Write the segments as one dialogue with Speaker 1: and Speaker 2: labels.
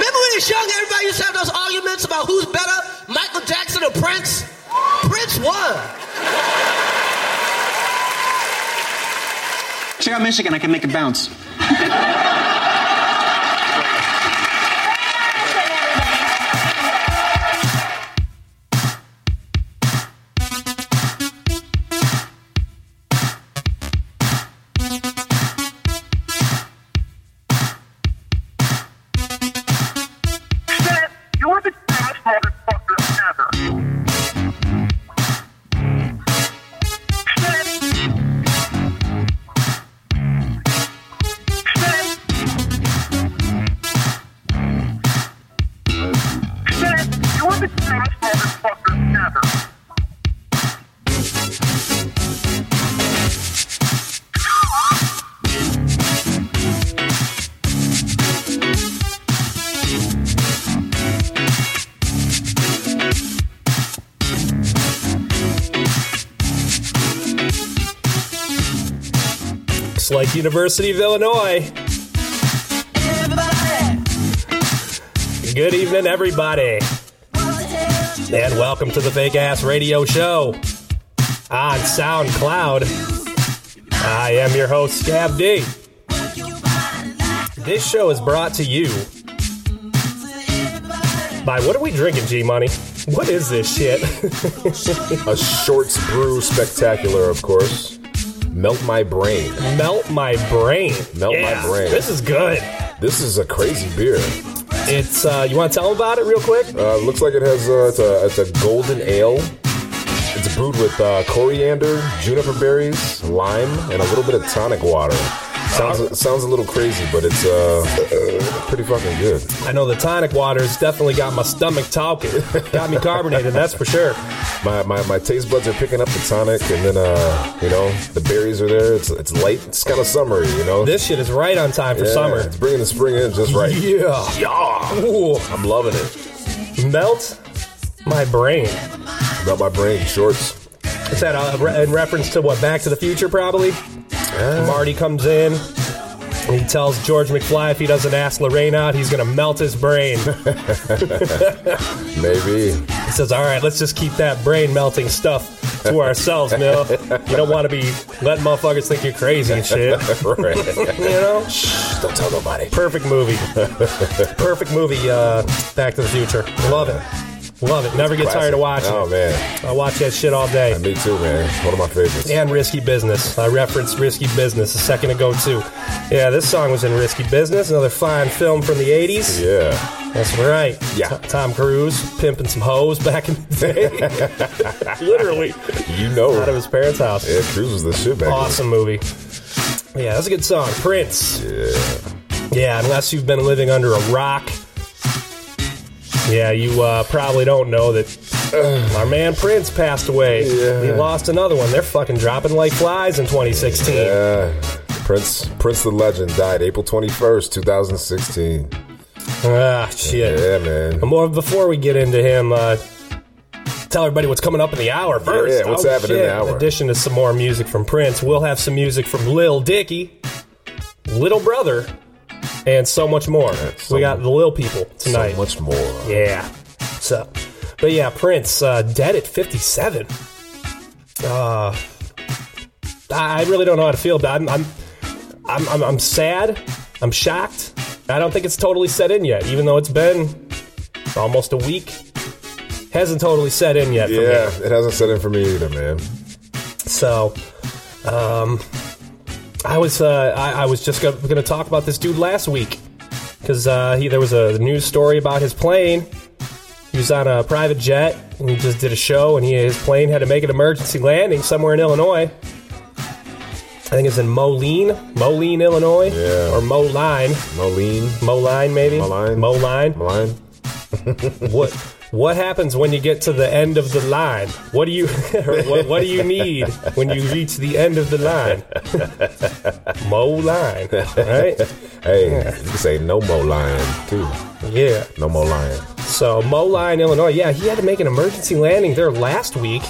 Speaker 1: was young, everybody used to have those arguments about who's better, Michael Jackson or Prince. Prince won.
Speaker 2: Check out Michigan. I can make it bounce.
Speaker 3: You're the dumbest motherfucker ever. You're the dumbest motherfucker ever.
Speaker 4: It's like University of Illinois. Good evening, everybody, and welcome to the Fake Ass Radio Show on SoundCloud. I am your host, Scab D. This show is brought to you by what are we drinking, G Money? What is this shit?
Speaker 5: A Shorts Brew Spectacular, of course. Melt My Brain.
Speaker 4: Melt my brain.
Speaker 5: Melt my
Speaker 4: Yeah,
Speaker 5: brain.
Speaker 4: This is good.
Speaker 5: This is a crazy beer.
Speaker 4: It's uh, you want to tell them about it real quick?
Speaker 5: Uh, looks like it has uh, it's a it's a golden ale. It's brewed with uh, coriander, juniper berries, lime, and a little bit of tonic water. Sounds sounds a little crazy, but it's uh, uh pretty fucking good.
Speaker 4: I know the tonic water's definitely got my stomach talking, got me carbonated, that's for sure.
Speaker 5: My, my, my taste buds are picking up the tonic, and then uh you know the berries are there. It's it's light. It's kind of summery, you know.
Speaker 4: This shit is right on time for
Speaker 5: Yeah,
Speaker 4: summer.
Speaker 5: It's bringing the spring in just right.
Speaker 4: Yeah,
Speaker 5: Yeah.
Speaker 4: Ooh.
Speaker 5: I'm loving it.
Speaker 4: melt my brain.
Speaker 5: Melt my brain shorts.
Speaker 4: Is that uh, re- in reference to what? Back to the Future, probably. Marty comes in. And he tells George McFly if he doesn't ask Lorraine out, he's gonna melt his brain.
Speaker 5: Maybe.
Speaker 4: He says, "All right, let's just keep that brain melting stuff to ourselves, Mill. You don't want to be letting motherfuckers think you're crazy and shit.
Speaker 5: right.
Speaker 4: You know."
Speaker 5: Don't tell nobody.
Speaker 4: Perfect movie. Perfect movie. Uh, Back to the Future. Love it. Love it. Never get tired of watching.
Speaker 5: Oh man,
Speaker 4: it. I watch that shit all day.
Speaker 5: me too, man. One of my favorites.
Speaker 4: And Risky Business. I referenced Risky Business a second ago too. Yeah, this song was in Risky Business, another fine film from the '80s.
Speaker 5: Yeah,
Speaker 4: That's right.
Speaker 5: Yeah.
Speaker 4: T- Tom Cruise pimping some hoes back in the day. Literally
Speaker 5: you know.
Speaker 4: out of his parents' house.
Speaker 5: yeah, Cruise was the shit back. then.
Speaker 4: Awesome movie. Yeah, that's a good song. Prince. Yeah. Yeah, unless you've been living under a rock. Yeah, you uh, probably don't know that our man Prince passed away.
Speaker 5: Yeah.
Speaker 4: He lost another one. They're fucking dropping like flies in 2016.
Speaker 5: Yeah, Prince Prince the Legend died April twenty first, two thousand sixteen.
Speaker 4: Ah, shit.
Speaker 5: Yeah, man.
Speaker 4: And More before we get into him, uh, tell everybody what's coming up in the hour first.
Speaker 5: Yeah, what's
Speaker 4: Oh,
Speaker 5: happening in
Speaker 4: shit.
Speaker 5: the hour?
Speaker 4: In addition to some more music from Prince, we'll have some music from Lil Dicky, Little Brother, and so much more.
Speaker 5: so-
Speaker 4: we got the Lil People tonight.
Speaker 5: So much more.
Speaker 4: Yeah. What's up? But yeah, Prince, uh, dead at 57. Uh, I I really don't know how to feel, but I'm, I'm, I'm, I'm, I'm sad. I'm shocked. I don't think it's totally set in yet, even though it's been almost a week. Hasn't totally set in yet for me.
Speaker 5: Yeah, it hasn't set in for me either, man.
Speaker 4: So, um, I was uh, I, I was just going to talk about this dude last week because uh, he there was a news story about his plane. He was on a private jet and he just did a show, and he, his plane had to make an emergency landing somewhere in Illinois. I think it's in Moline, Moline, Illinois,
Speaker 5: Yeah.
Speaker 4: or Moline,
Speaker 5: Moline,
Speaker 4: Moline maybe,
Speaker 5: Moline,
Speaker 4: Moline.
Speaker 5: Moline.
Speaker 4: What what happens when you get to the end of the line? What do you or what, what do you need when you reach the end of the line? Mo line, right?
Speaker 5: Hey, you can say no more lion too.
Speaker 4: Yeah.
Speaker 5: No more lion.
Speaker 4: So Mo line, Illinois. Yeah, he had to make an emergency landing there last week.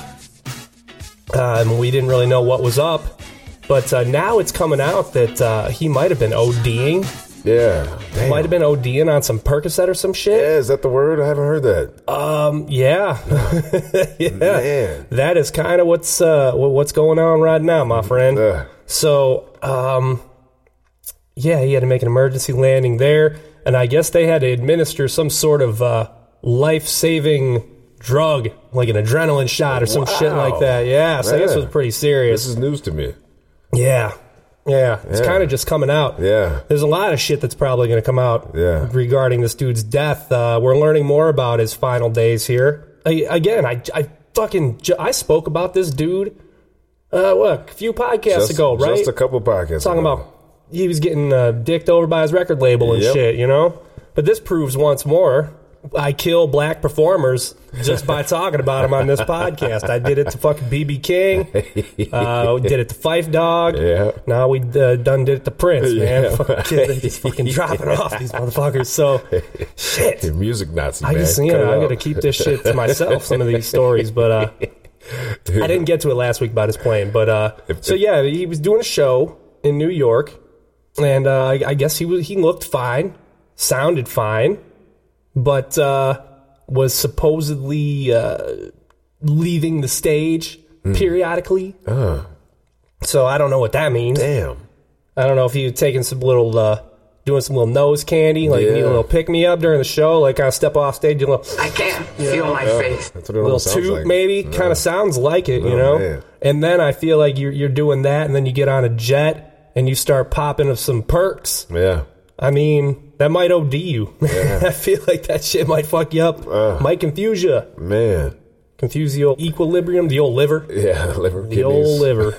Speaker 4: Um, we didn't uh, really know what was up, but uh, now it's coming out that uh, he might have been ODing
Speaker 5: Yeah. Damn.
Speaker 4: Might have been ODing on some Percocet or some shit.
Speaker 5: Yeah, is that the word? I haven't heard that.
Speaker 4: Yeah, yeah.
Speaker 5: Man.
Speaker 4: That is kind of what's uh, wh- what's going on right now, my friend.
Speaker 5: Ugh.
Speaker 4: So, um, yeah, he had to make an emergency landing there, and I guess they had to administer some sort of uh, life-saving drug, like an adrenaline shot or some shit
Speaker 5: Wow.
Speaker 4: like that. Yeah, so this
Speaker 5: Yeah.
Speaker 4: was pretty serious.
Speaker 5: This is news to me.
Speaker 4: yeah, yeah, it's
Speaker 5: Yeah.
Speaker 4: kind of just coming out.
Speaker 5: Yeah.
Speaker 4: There's a lot of shit that's probably going to come out
Speaker 5: Yeah.
Speaker 4: regarding this dude's death. Uh, we're learning more about his final days here. I, again, I, I fucking ju- I spoke about this dude. Uh, what a few podcasts ago, right?
Speaker 5: Just a couple podcasts.
Speaker 4: Talking
Speaker 5: ago.
Speaker 4: about he was getting uh, dicked over by his record label and
Speaker 5: Yep.
Speaker 4: shit, you know. But this proves once more. I kill black performers just by talking about them on this podcast. I did it to fucking BB King. Uh, did it to Fife Dog.
Speaker 5: Yeah.
Speaker 4: Now we uh, done did it to Prince, man.
Speaker 5: Yeah.
Speaker 4: Fucking kid, they just fucking dropping off these motherfuckers. So shit.
Speaker 5: Hey, music Nazi.
Speaker 4: I
Speaker 5: man.
Speaker 4: just, you
Speaker 5: Cut it
Speaker 4: know, I
Speaker 5: out.
Speaker 4: got to keep this shit to myself. Some of these stories, but uh, I didn't get to it last week about his plane. But uh,
Speaker 5: If-
Speaker 4: so
Speaker 5: if-
Speaker 4: yeah, he was doing a show in New York, and uh, I, I guess he was he looked fine, sounded fine, but uh, was supposedly uh, leaving the stage
Speaker 5: Hmm.
Speaker 4: periodically.
Speaker 5: Ah.
Speaker 4: So I don't know what that means.
Speaker 5: Damn.
Speaker 4: I don't know if he was taking some little, uh, doing some little nose candy, like
Speaker 5: Yeah.
Speaker 4: need a little pick me up during the show, like kind of step off stage, do a little,
Speaker 6: I can't feel my face.
Speaker 5: That's what it
Speaker 4: little
Speaker 5: almost sounds
Speaker 4: toot,
Speaker 5: like.
Speaker 4: maybe. Kind of sounds like it, you
Speaker 5: Oh,
Speaker 4: know.
Speaker 5: man.
Speaker 4: And then I feel like you're you're doing that, and then you get on a jet and you start popping of some perks.
Speaker 5: Mm, Yeah.
Speaker 4: I mean, that might OD you. I feel like that shit might fuck you up,
Speaker 5: Uh.
Speaker 4: might confuse you,
Speaker 5: Man.
Speaker 4: confuse the old equilibrium, the old liver.
Speaker 5: Yeah. Liver.
Speaker 4: The old liver.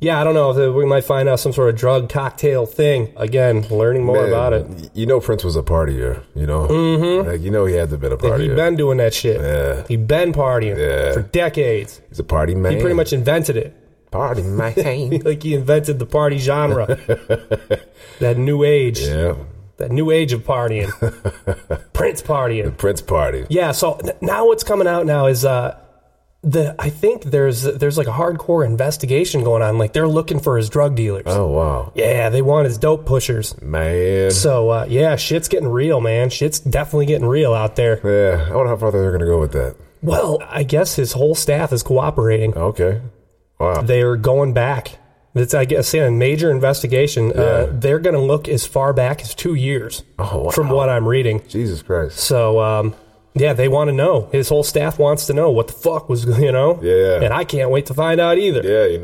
Speaker 4: yeah, I don't know if uh, we might find out some sort of drug cocktail thing. Again, learning more about it.
Speaker 5: You know, Prince was a partier. You know. Mm-hmm. Like you know, he had to have been a partier.
Speaker 4: He been doing that shit.
Speaker 5: Yeah.
Speaker 4: He been partying
Speaker 5: Yeah.
Speaker 4: for decades.
Speaker 5: He's a party man.
Speaker 4: He pretty much invented it.
Speaker 5: party man.
Speaker 4: Like he invented the party genre. that new age.
Speaker 5: yeah.
Speaker 4: That new age of partying. Prince partying.
Speaker 5: Prince party.
Speaker 4: Yeah, so n- now what's coming out now is uh the I think there's there's like a hardcore investigation going on. Like they're looking for his drug dealers.
Speaker 5: Oh Mm-hmm. wow,
Speaker 4: Yeah, they want his dope pushers.
Speaker 5: man.
Speaker 4: So uh, yeah, shit's getting real, man. Shit's definitely getting real out there.
Speaker 5: yeah. I wonder how far they're gonna go with that.
Speaker 4: Well, I guess his whole staff is cooperating.
Speaker 5: Okay. Wow.
Speaker 4: They are going back. That's I guess in a major investigation. Uh, they're going to look as far back as two years
Speaker 5: Oh, wow.
Speaker 4: from what I'm reading.
Speaker 5: Jesus Christ.
Speaker 4: So um, yeah, they want to know. His whole staff wants to know what the fuck was you know.
Speaker 5: Yeah.
Speaker 4: And I can't wait to find out either because
Speaker 5: Yeah.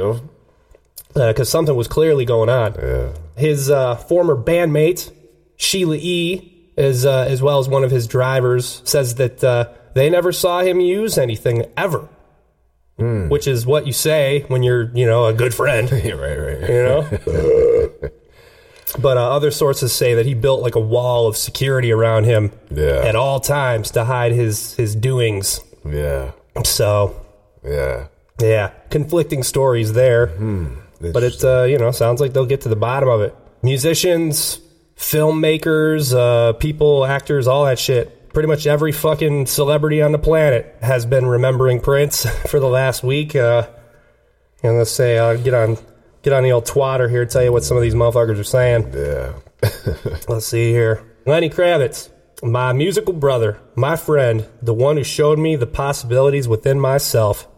Speaker 5: You know.
Speaker 4: something was clearly going on.
Speaker 5: Yeah.
Speaker 4: his uh, former bandmate Sheila E, as uh, as well as one of his drivers, says that uh, they never saw him use anything ever,
Speaker 5: Hmm.
Speaker 4: which is what you say when you're you know a good friend,
Speaker 5: Yeah. Right. Right.
Speaker 4: you know. but uh, other sources say that he built like a wall of security around him
Speaker 5: Yeah.
Speaker 4: at all times to hide his his doings.
Speaker 5: Yeah.
Speaker 4: So
Speaker 5: Yeah.
Speaker 4: yeah, conflicting stories there. But it, uh, you know, sounds like they'll get to the bottom of it. Musicians, filmmakers, uh, people, actors, all that shit. Pretty much every fucking celebrity on the planet has been remembering Prince for the last week. Uh, and let's say uh, get on get on the old twatter here. Tell you what some of these motherfuckers are saying.
Speaker 5: Yeah.
Speaker 4: Let's see here. Lenny Kravitz, my musical brother, my friend, the one who showed me the possibilities within myself.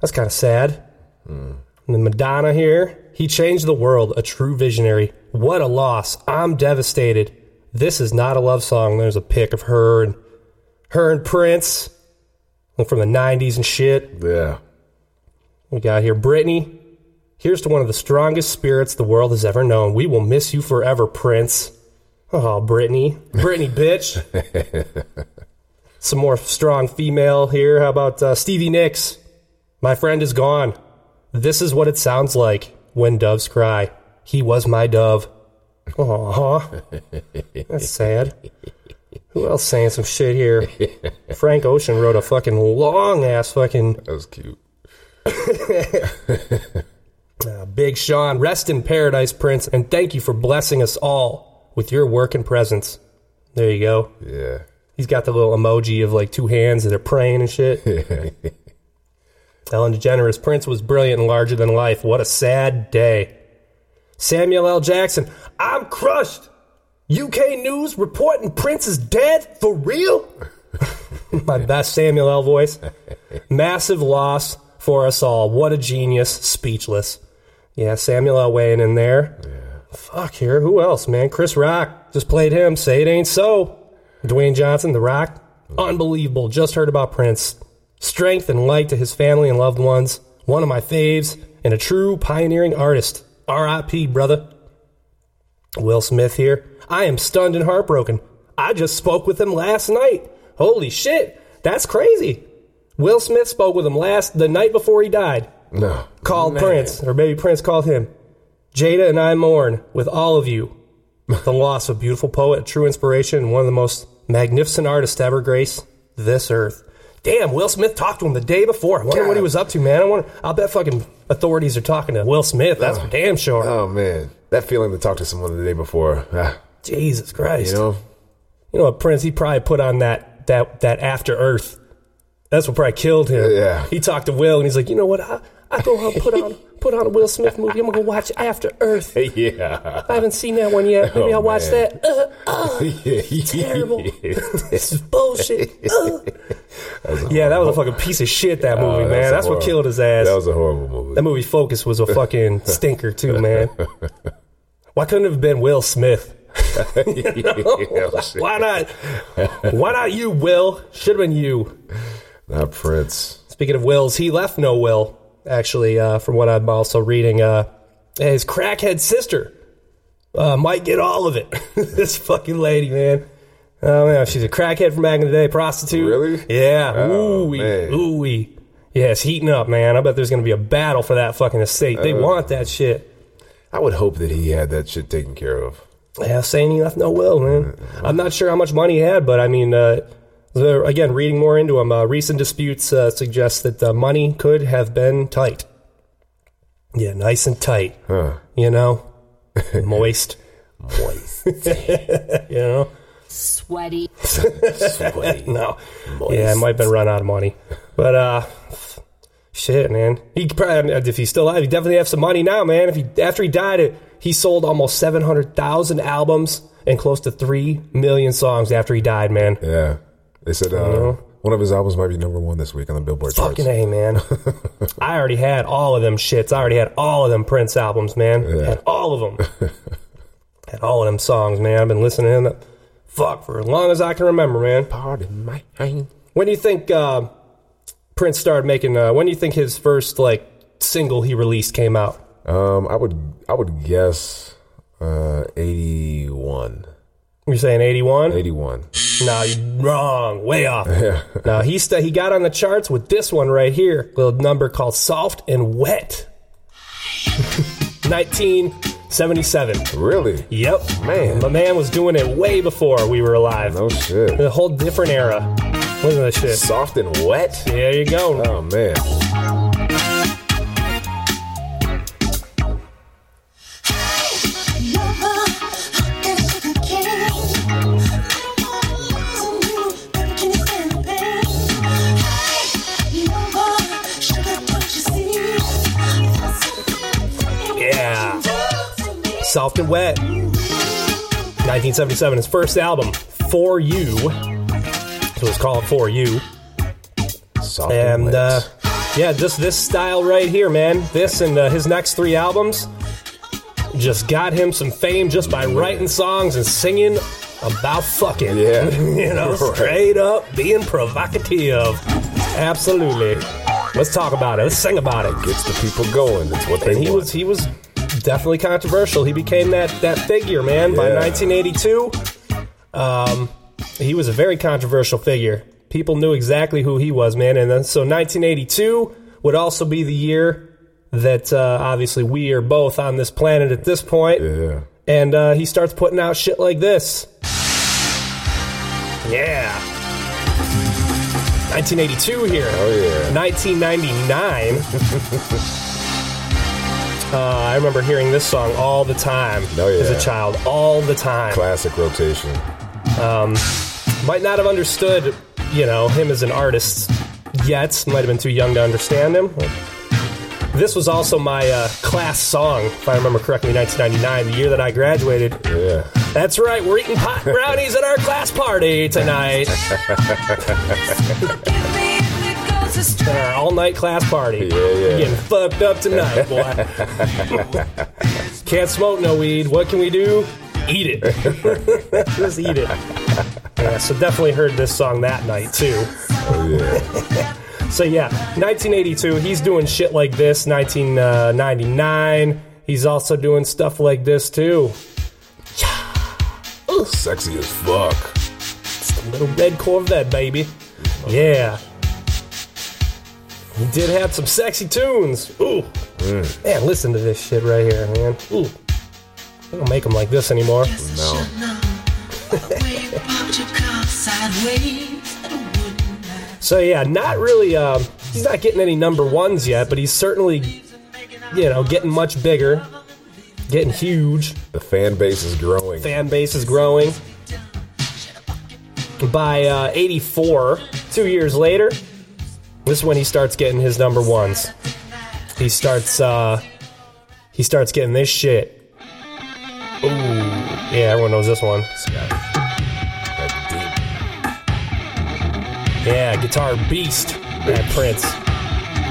Speaker 4: That's kind of sad. And then Madonna here. He changed the world, a true visionary. What a loss. I'm devastated. This is not a love song. There's a pic of her and her and Prince Look from the 90s and shit.
Speaker 5: Yeah.
Speaker 4: We got here Brittany. Here's to one of the strongest spirits the world has ever known. We will miss you forever, Prince. Oh, Brittany. Brittany, bitch. Some more strong female here. How about uh, Stevie Nicks? My friend is gone. This is what it sounds like when doves cry. He was my dove. Aw. That's sad. Who else saying some shit here? Frank Ocean wrote a fucking long ass fucking
Speaker 5: That was cute.
Speaker 4: uh, Big Sean, rest in paradise, Prince, and thank you for blessing us all with your work and presence. There you go.
Speaker 5: Yeah.
Speaker 4: He's got the little emoji of like two hands that are praying and shit. Ellen DeGeneres, Prince was brilliant and larger than life. What a sad day. Samuel L. Jackson, I'm crushed. UK news reporting Prince is dead for real. My best Samuel L. voice. Massive loss for us all. What a genius. Speechless. Yeah, Samuel L. weighing in there. Fuck here. Who else, man? Chris Rock just played him. Say it ain't so. Dwayne Johnson, The Rock. Unbelievable. Just heard about Prince. Strength and light to his family and loved ones. One of my faves and a true pioneering artist. R.I.P., brother. Will Smith here. I am stunned and heartbroken. I just spoke with him last night. Holy shit, that's crazy. Will Smith spoke with him last the night before he died.
Speaker 5: No.
Speaker 4: Called Prince, or maybe Prince called him. Jada and I mourn with all of you the loss of a beautiful poet, a true inspiration, and one of the most magnificent artists to ever grace this earth. Damn, Will Smith talked to him the day before. I wonder what he was up to, man. I wonder. I'll bet fucking authorities are talking to Will Smith. That's for damn sure.
Speaker 5: Oh man, that feeling to talk to someone the day before. Ah,
Speaker 4: Jesus Christ.
Speaker 5: you know,
Speaker 4: You know what, Prince? He probably put on that that that After Earth. That's what probably killed him.
Speaker 5: Yeah.
Speaker 4: He talked to Will, and he's like, you know what? I I go out put on put on a Will Smith movie. I'm gonna go watch After Earth.
Speaker 5: yeah,
Speaker 4: I haven't seen that one yet. Maybe
Speaker 5: Oh,
Speaker 4: I'll watch
Speaker 5: man.
Speaker 4: that. Uh, uh,
Speaker 5: terrible.
Speaker 4: this is bullshit. Uh. Yeah, that was a fucking piece of shit.
Speaker 5: Oh,
Speaker 4: That movie, man. That's what killed his ass.
Speaker 5: That was a horrible movie.
Speaker 4: That movie Focus was a fucking stinker too, man. Why couldn't it have been Will Smith? Why not? Why not you, Will? Should have been you.
Speaker 5: Not Prince.
Speaker 4: Speaking of Wills, he left no will. Actually, uh, from what I'm also reading, uh, his crackhead sister uh, might get all of it. this fucking lady, man. Oh man, she's a crackhead from back in the day, prostitute.
Speaker 5: Really?
Speaker 4: Yeah.
Speaker 5: Oh,
Speaker 4: ooh wee,
Speaker 5: man.
Speaker 4: ooh wee. Yeah, it's heating up, man. I bet there's gonna be a battle for that fucking estate.
Speaker 5: Uh.
Speaker 4: They want that shit.
Speaker 5: I would hope that he had that shit taken care of.
Speaker 4: Yeah, saying he left no will, man. I'm not sure how much money he had, but I mean, uh, the, again, reading more into him, uh, recent disputes uh, suggest that the money could have been tight. Yeah, nice and tight.
Speaker 5: Huh.
Speaker 4: You know, moist.
Speaker 5: Moist.
Speaker 4: You know,
Speaker 7: Sweaty.
Speaker 5: Sweaty.
Speaker 4: no, yeah, it might have been run out of money, but uh, shit, man. He probably if he's still alive, he definitely have some money now, man. If he after he died, it, he sold almost seven hundred thousand albums and close to three million songs after he died, man.
Speaker 5: Yeah. They said uh, one of his albums might be number one this week on the Billboard charts.
Speaker 4: Uh-huh. Fucking A, man. I already had all of them shits. I already had all of them Prince albums, man. Had all of them. had all of them songs, man. I've been listening to them. Fuck, for as long as I can remember, man.
Speaker 5: Pardon my name.
Speaker 4: When do you think uh, Prince started making, uh, when do you think his first, like, single he released came out?
Speaker 5: Um, I would I would guess uh, 81.
Speaker 4: You're saying 81?
Speaker 5: 81.
Speaker 4: No, you're wrong. Way off.
Speaker 5: Yeah.
Speaker 4: no, he, sta he got on the charts with this one right here. Little number called Soft and Wet. 1977.
Speaker 5: Really?
Speaker 4: Yep.
Speaker 5: Man.
Speaker 4: My man was doing it way before we were alive.
Speaker 5: No shit.
Speaker 4: A whole different era. Listen to this shit.
Speaker 5: Soft and wet?
Speaker 4: There you go.
Speaker 5: Oh, man.
Speaker 4: Yeah.
Speaker 8: Yeah.
Speaker 4: Soft and Wet. 1977, his first album, For You. So it's called For You.
Speaker 5: Soft and,
Speaker 4: And
Speaker 5: wet.
Speaker 4: uh, yeah, just this style right here, man. This and uh, his next three albums just got him some fame just by writing songs and singing about fucking.
Speaker 5: Yeah.
Speaker 4: you know,
Speaker 5: Right.
Speaker 4: straight up being provocative. Absolutely. Let's talk about it. Let's sing about it.
Speaker 5: Gets the people going. That's what they
Speaker 4: And he
Speaker 5: want.
Speaker 4: was he was definitely controversial. He became that that figure, man, by
Speaker 5: Yeah.
Speaker 4: 1982. Um, he was a very controversial figure. People knew exactly who he was, man. And then, so 1982 would also be the year that uh, obviously we are both on this planet at this point.
Speaker 5: yeah.
Speaker 4: And uh, he starts putting out shit like this. Yeah. 1982 here.
Speaker 5: Oh, yeah.
Speaker 4: 1999. uh, I remember hearing this song all the time
Speaker 5: Oh, yeah.
Speaker 4: as a child, all the time.
Speaker 5: Classic rotation.
Speaker 4: Might not have understood, you know, him as an artist yet. Might have been too young to understand him. This was also my uh, class song, if I remember correctly, 1999, the year that I graduated.
Speaker 5: Yeah.
Speaker 4: That's right, we're eating pot brownies at our class party tonight. At our all night class party.
Speaker 5: Yeah, yeah.
Speaker 4: Getting fucked up tonight, boy. Can't smoke no weed. What can we do? Eat it. Just eat it. Yeah, so definitely heard this song that night, too.
Speaker 5: Oh, yeah.
Speaker 4: So yeah, 1982, he's doing shit like this. 1999, he's also doing stuff like this too.
Speaker 5: Sexy as fuck.
Speaker 4: Little red Corvette, baby. Yeah. He did have some sexy tunes. Ooh. Man, listen to this shit right here, man. Ooh. They don't make them like this anymore.
Speaker 5: No.
Speaker 4: So yeah, not really. Um, he's not getting any number ones yet, but he's certainly, you know, getting much bigger, getting huge.
Speaker 5: The fan base is growing.
Speaker 4: fan base is growing. By uh, 84, two years later, this is when he starts getting his number ones. He starts uh, he starts getting this shit. Ooh, yeah, everyone knows this one.
Speaker 5: That
Speaker 4: Yeah, guitar beast, that Prince.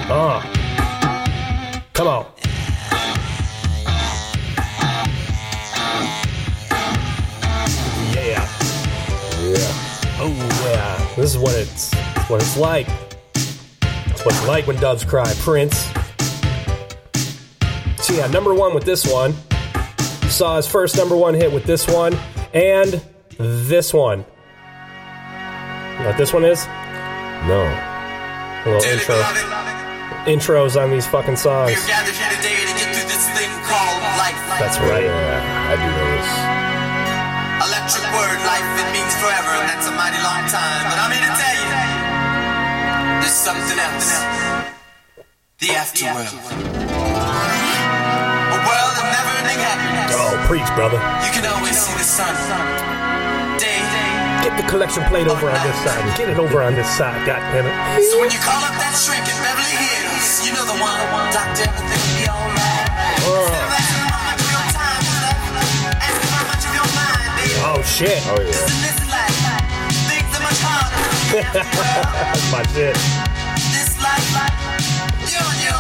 Speaker 4: Uh, come on. Yeah.
Speaker 5: deep- Yeah.
Speaker 4: Oh yeah, this is what it's it's what it's like. It's what it's like when doves cry, Prince. So yeah, number one with this one. Saw his first number one hit with this one and this one. You know what this one is?
Speaker 5: No.
Speaker 4: A little intro. Intros on these fucking songs. That's right.
Speaker 5: Yeah, I do know this.
Speaker 7: Electric word, life, it means forever, and that's a mighty long time. But I'm here to tell you, there's something else. The afterworld. A world of never-ending happiness.
Speaker 4: Oh, preach, brother.
Speaker 7: You can always see the sun. Day.
Speaker 4: Get the collection plate over on this side. Get it over on this side. God damn it.
Speaker 7: So when you call up that shrink in Beverly Hills, you know the one. Doctor, everything will be alright. Instead of asking how much of your time is left, ask him how much of your mind, baby.
Speaker 4: Oh shit.
Speaker 5: Oh, yeah.
Speaker 7: In this life, things are much harder.
Speaker 4: That's my shit.
Speaker 7: This life, yo, yo.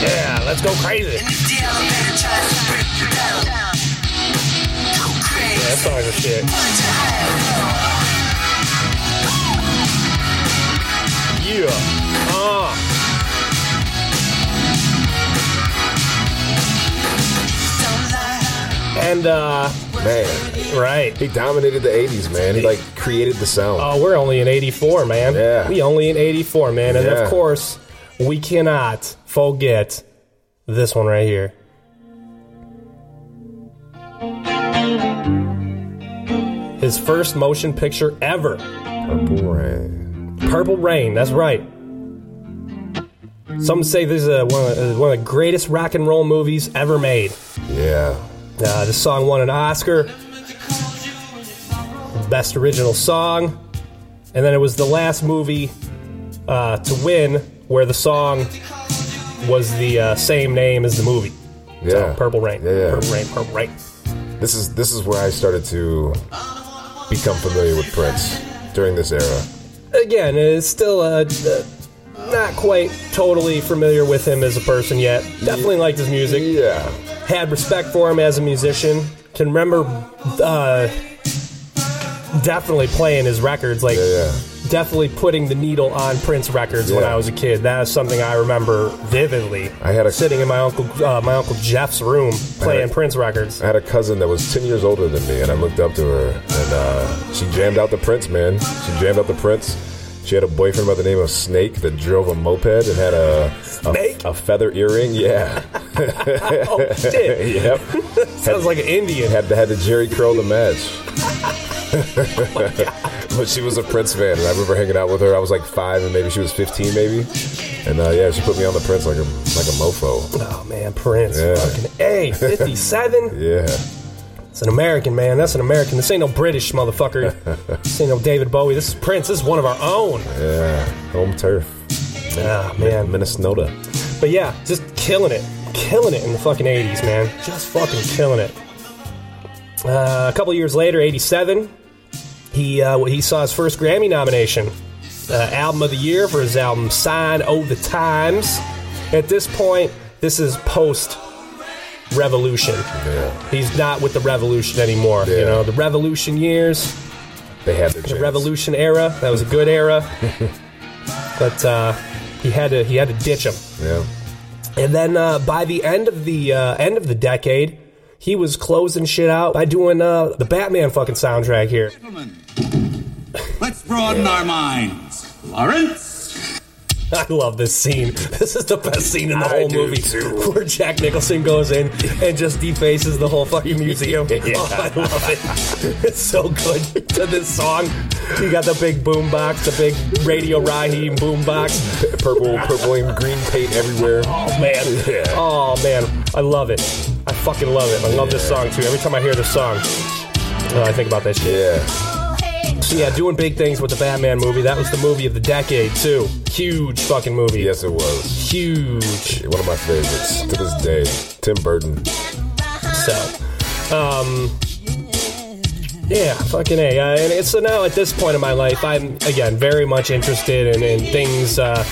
Speaker 4: Yeah, let's go crazy.
Speaker 7: And if the elevator tries to break you down, go
Speaker 4: That
Speaker 7: crazy.
Speaker 4: song's a shit.
Speaker 7: Punch your head.
Speaker 4: Yeah. Ah.
Speaker 7: Don't lie.
Speaker 4: And uh
Speaker 5: Man,
Speaker 4: right.
Speaker 5: he dominated the 80s, man. He, like, created the sound.
Speaker 4: Oh, we're only in 84, man.
Speaker 5: Yeah.
Speaker 4: We only in 84, man. And
Speaker 5: Yeah.
Speaker 4: of course, we cannot forget this one right here. His first motion picture ever.
Speaker 5: Purple Rain.
Speaker 4: Purple Rain, that's right. Some say this is uh one, of, uh, one of the greatest rock and roll movies ever made.
Speaker 5: Yeah.
Speaker 4: Uh, this song won an Oscar, best original song, and then it was the last movie uh, to win where the song was the uh, same name as the movie.
Speaker 5: Yeah.
Speaker 4: Purple Rain.
Speaker 5: Yeah, yeah.
Speaker 4: Purple Rain. Purple Rain.
Speaker 5: This is this is where I started to become familiar with Prince during this era.
Speaker 4: Again, it's still uh, uh, not quite totally familiar with him as a person yet. Definitely liked his music.
Speaker 5: Yeah.
Speaker 4: had respect for him as a musician. Can remember uh, definitely playing his records, like
Speaker 5: Yeah, yeah.
Speaker 4: definitely putting the needle on Prince records when
Speaker 5: Yeah.
Speaker 4: I was a kid. That is something I remember vividly.
Speaker 5: I had a-
Speaker 4: sitting in my uncle uh, my uncle Jeff's room playing Prince records.
Speaker 5: I had a cousin that was 10 years older than me, and I looked up to her, and uh, she jammed out the Prince, man. She jammed out the Prince. She had a boyfriend by the name of Snake that drove a moped and had a
Speaker 4: Snake?
Speaker 5: a, a feather earring. Yeah,
Speaker 4: Oh shit!
Speaker 5: yep.
Speaker 4: Sounds like an Indian.
Speaker 5: Had to had to Jerry curl the match. but she was a Prince fan, and I remember hanging out with her. I was like five, and maybe she was 15, maybe. And uh, yeah, she put me on the Prince like a like a mofo.
Speaker 4: Oh man, Prince.
Speaker 5: Yeah.
Speaker 4: Fucking A, 57.
Speaker 5: Yeah,
Speaker 4: It's an American, man. That's an American. This ain't no British motherfucker. this ain't no David Bowie. This is Prince. This is one of our own.
Speaker 5: yeah. Home turf,
Speaker 4: Ah, man.
Speaker 5: Minnesota.
Speaker 4: But yeah, just killing it. Killing it in the fucking 80s, man. Just fucking killing it. Uh, a couple years later, '87, he uh, he saw his first Grammy nomination, uh, album of the year for his album "Sign O' the Times." At this point, this is post Revolution.
Speaker 5: Yeah.
Speaker 4: He's not with the Revolution anymore. You
Speaker 5: Yeah.
Speaker 4: know, the Revolution years,
Speaker 5: They had their
Speaker 4: the
Speaker 5: chance.
Speaker 4: Revolution era. That was a good era, but uh, he had to he had to ditch him.
Speaker 5: Yeah.
Speaker 4: And then uh, by the end of the uh, end of the decade, he was closing shit out by doing uh, the Batman fucking soundtrack here.
Speaker 8: Let's broaden our minds. Lawrence?
Speaker 4: I love this scene. This is the best scene in the
Speaker 5: I
Speaker 4: whole
Speaker 5: do
Speaker 4: movie,
Speaker 5: too.
Speaker 4: where Jack Nicholson goes in and just defaces the whole fucking museum.
Speaker 5: Yeah.
Speaker 4: Oh, I love it. It's so good to this song. You got the big boom box, the big Radio Raheem boom box.
Speaker 5: P- Purple, purple and green paint everywhere.
Speaker 4: Oh man.
Speaker 5: Yeah.
Speaker 4: Oh man. I love it. I fucking love it. I love this song too. Every time I hear this song, uh, I think about that shit.
Speaker 5: Yeah.
Speaker 4: So yeah, doing big things with the Batman movie. That was the movie of the decade too. Huge fucking movie.
Speaker 5: Yes, it was.
Speaker 4: Huge.
Speaker 5: One of my favorites to this day. Tim Burton.
Speaker 4: So, um, yeah, fucking a. Uh, and it's, so now at this point in my life, I'm again very much interested in, in things, uh,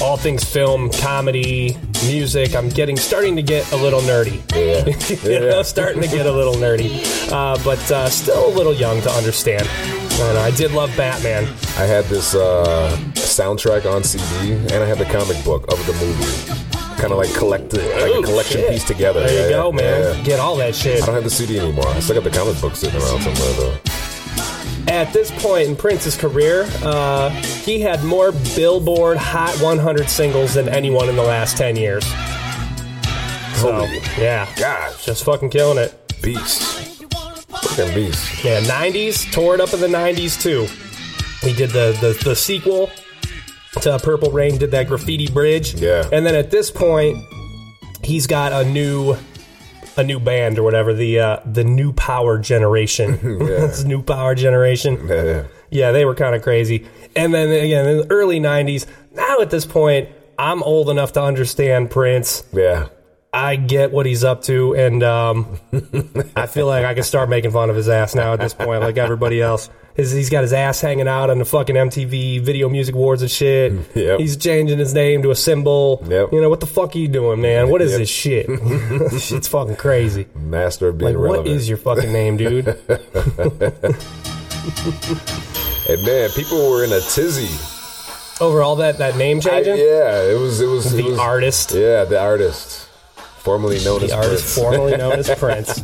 Speaker 4: all things film, comedy, music. I'm getting starting to get a little nerdy.
Speaker 5: Yeah.
Speaker 4: you know,
Speaker 5: Yeah.
Speaker 4: starting to get a little nerdy, uh, but uh, still a little young to understand. And I did love Batman.
Speaker 5: I had this uh, soundtrack on CD, and I had the comic book of the movie. Kind of like collect like a collection
Speaker 4: Oh, Shit.
Speaker 5: piece together.
Speaker 4: There
Speaker 5: Yeah,
Speaker 4: you go,
Speaker 5: yeah,
Speaker 4: man.
Speaker 5: yeah.
Speaker 4: Get all that shit.
Speaker 5: I don't have the CD anymore. I still got the comic book sitting around somewhere though.
Speaker 4: At this point in Prince's career, uh, he had more Billboard Hot 100 singles than anyone in the last 10 years. So,
Speaker 5: Holy
Speaker 4: yeah,
Speaker 5: gosh,
Speaker 4: just fucking killing it.
Speaker 5: beast, fucking beast.
Speaker 4: Yeah, 90s, tore it up in the 90s too. He did the, the, the sequel to Purple Rain, did that Graffiti Bridge.
Speaker 5: Yeah.
Speaker 4: And then at this point, he's got a new a new band or whatever, the uh, the New Power Generation.
Speaker 5: Yeah.
Speaker 4: It's New Power Generation.
Speaker 5: Yeah, yeah.
Speaker 4: Yeah, they were kind of crazy. And then again, in the early 90s, now at this point, I'm old enough to understand Prince.
Speaker 5: yeah.
Speaker 4: I get what he's up to, and um, I feel like I can start making fun of his ass now at this point, like everybody else. His, he's got his ass hanging out on the fucking MTV Video Music Awards and shit.
Speaker 5: Yep.
Speaker 4: He's changing his name to a symbol.
Speaker 5: Yep.
Speaker 4: You know, what the fuck are you doing, man? What is
Speaker 5: Yep.
Speaker 4: this shit? Shit's fucking crazy.
Speaker 5: Master of being
Speaker 4: Like,
Speaker 5: relevant.
Speaker 4: what is your fucking name, dude?
Speaker 5: And man, people were in a tizzy.
Speaker 4: Over all that, that name
Speaker 5: I-
Speaker 4: changing?
Speaker 5: yeah, it was. It was. it
Speaker 4: The
Speaker 5: was,
Speaker 4: artist.
Speaker 5: Yeah, the artist, formerly known as
Speaker 4: the artist
Speaker 5: Prince.
Speaker 4: formerly known as Prince.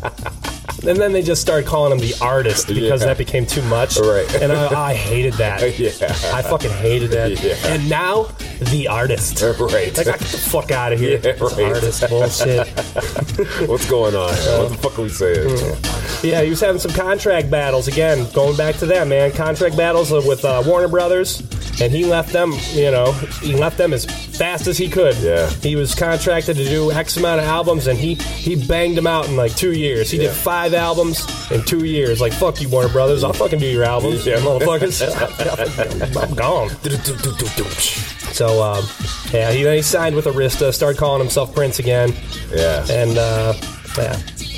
Speaker 4: And then they just started calling him the artist because
Speaker 5: Yeah.
Speaker 4: that became too much.
Speaker 5: Right.
Speaker 4: And I, I hated that.
Speaker 5: Yeah.
Speaker 4: I fucking hated that.
Speaker 5: Yeah.
Speaker 4: And now, the artist.
Speaker 5: Right.
Speaker 4: Like, I get the fuck out of here.
Speaker 5: Yeah,
Speaker 4: This
Speaker 5: right.
Speaker 4: Artist bullshit.
Speaker 5: What's going on? here? what the fuck are we saying?
Speaker 4: yeah, he was having some contract battles again. Going back to them, man. Contract battles with uh, Warner Brothers, and he left them. You know, he left them as fast as he could.
Speaker 5: Yeah.
Speaker 4: He was contracted to do X amount of albums, and he he banged them out in like two years. He
Speaker 5: Yeah.
Speaker 4: did five albums in two years. Like fuck you, Warner Brothers. I'll fucking do your albums, yeah, motherfuckers. I'm gone. So, um, yeah, he, then he signed with Arista, started calling himself Prince again
Speaker 5: Yeah.
Speaker 4: and uh, yeah,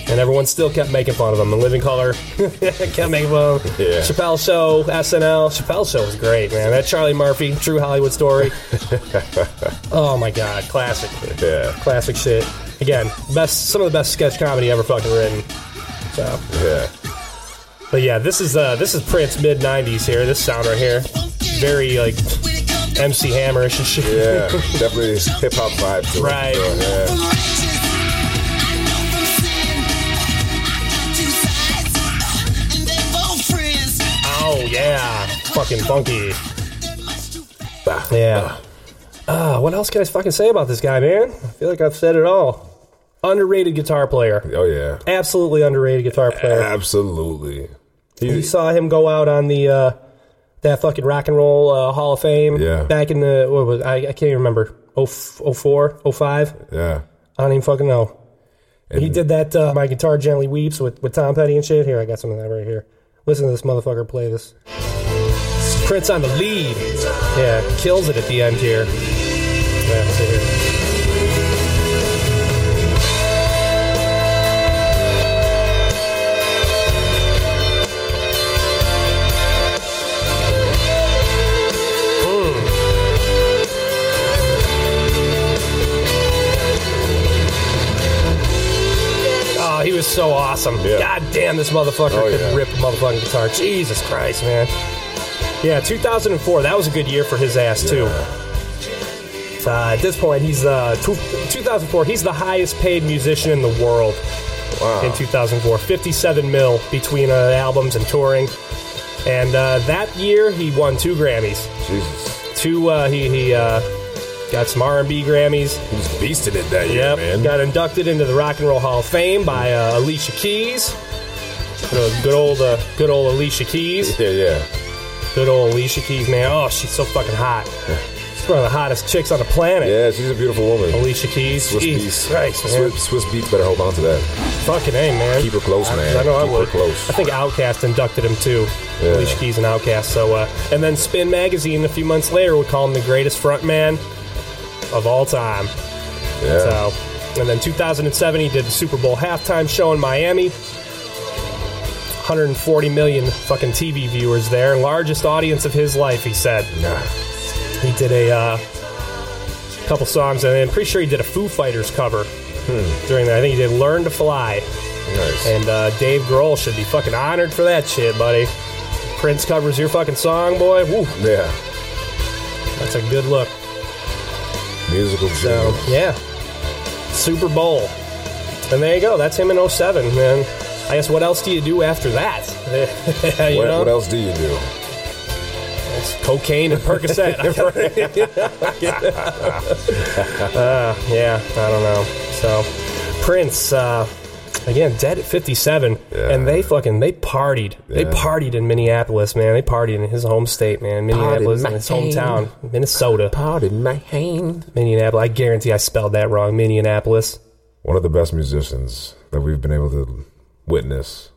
Speaker 4: and everyone still kept making fun of him. And Living Color kept making fun of him.
Speaker 5: Yeah.
Speaker 4: Chappelle Show, SNL, Chappelle Show was great, man. That Charlie Murphy, True Hollywood Story. oh my God, classic,
Speaker 5: yeah.
Speaker 4: classic shit. Again, best, some of the best sketch comedy ever fucking written. So,
Speaker 5: Yeah.
Speaker 4: but yeah, this is uh, this is Prince mid '90s here. This sound right here, very like MC Hammerish and shit.
Speaker 5: Yeah. Definitely hip hop vibe to it.
Speaker 4: Right.
Speaker 5: Yeah.
Speaker 4: Oh yeah, fucking funky. Yeah. Uh, what else can I fucking say about this guy, man? I feel like I've said it all. Underrated guitar player.
Speaker 5: Oh yeah.
Speaker 4: Absolutely underrated guitar player.
Speaker 5: Absolutely.
Speaker 4: You saw him go out on the uh, that fucking rock and roll uh, Hall of Fame
Speaker 5: Yeah.
Speaker 4: back in the what was I, I can't even remember. Oh, f- oh 04, 05?
Speaker 5: Yeah.
Speaker 4: I don't even fucking know.
Speaker 5: And
Speaker 4: He did that uh, My Guitar Gently Weeps with, with Tom Petty and shit. Here, I got some of that right here. Listen to this motherfucker play this. Prince on the lead. Yeah, kills it at the end here. Yeah, let's see here. Hmm. Oh, so awesome.
Speaker 5: Yeah.
Speaker 4: God damn, this motherfucker
Speaker 5: Oh,
Speaker 4: could
Speaker 5: yeah.
Speaker 4: rip a motherfucking guitar. Jesus Christ, man. Yeah, 2004. That was a good year for his ass too. Uh, at this point, he's uh, tw 2004. He's the highest paid musician in the world in 2004. 57 mil between uh, albums and touring. And uh, that year, he won two Grammys.
Speaker 5: Jesus.
Speaker 4: Two. Uh, he he uh, got some R&B Grammys.
Speaker 5: He was beasting it that year,
Speaker 4: Yep,
Speaker 5: man.
Speaker 4: got inducted into the Rock and Roll Hall of Fame by uh, Alicia Keys. You know, Good old, uh, good old Alicia Keys.
Speaker 5: yeah, yeah.
Speaker 4: Good old Alicia Keys, man. Oh, she's so fucking hot. She's one of the hottest chicks on the planet.
Speaker 5: Yeah, she's a beautiful woman.
Speaker 4: Alicia Keys.
Speaker 5: Swiss
Speaker 4: Jesus
Speaker 5: Beats.
Speaker 4: Christ, man.
Speaker 5: Swiss, Swiss Beats better hold on to that.
Speaker 4: Fucking A, man.
Speaker 5: Keep her close,
Speaker 4: I-
Speaker 5: man.
Speaker 4: I know I
Speaker 5: Keep her
Speaker 4: would.
Speaker 5: close.
Speaker 4: I think Outcast inducted him too.
Speaker 5: Yeah.
Speaker 4: Alicia Keys and Outcast. So, uh, and then Spin Magazine a few months later would call him the greatest frontman of all time.
Speaker 5: Yeah.
Speaker 4: So, and then 2007, he did the Super Bowl halftime show in Miami. 140 million fucking TV viewers there, largest audience of his life. He said
Speaker 5: Nah.
Speaker 4: he did a uh, couple songs, and I'm pretty sure he did a Foo Fighters cover during that. I think he did "Learn to Fly."
Speaker 5: Nice.
Speaker 4: And uh, Dave Grohl should be fucking honored for that shit, buddy. Prince covers your fucking song, boy. Woo,
Speaker 5: yeah.
Speaker 4: that's a good look.
Speaker 5: Musical
Speaker 4: So,
Speaker 5: genius.
Speaker 4: yeah. Super Bowl. And there you go. That's him in 07, man. I guess what else do you do after that? you
Speaker 5: What,
Speaker 4: know?
Speaker 5: what else do you do?
Speaker 4: It's cocaine and Percocet. Uh, yeah, I don't know. So, Prince, uh, again, dead at 57,
Speaker 5: Yeah.
Speaker 4: and they fucking they partied. They
Speaker 5: Yeah.
Speaker 4: partied in Minneapolis, man. They partied in his home state, man. Minneapolis, in his hometown, Minnesota.
Speaker 5: Pardon my hand.
Speaker 4: Minneapolis. I guarantee I spelled that wrong. Minneapolis.
Speaker 5: One of the best musicians that we've been able to witness.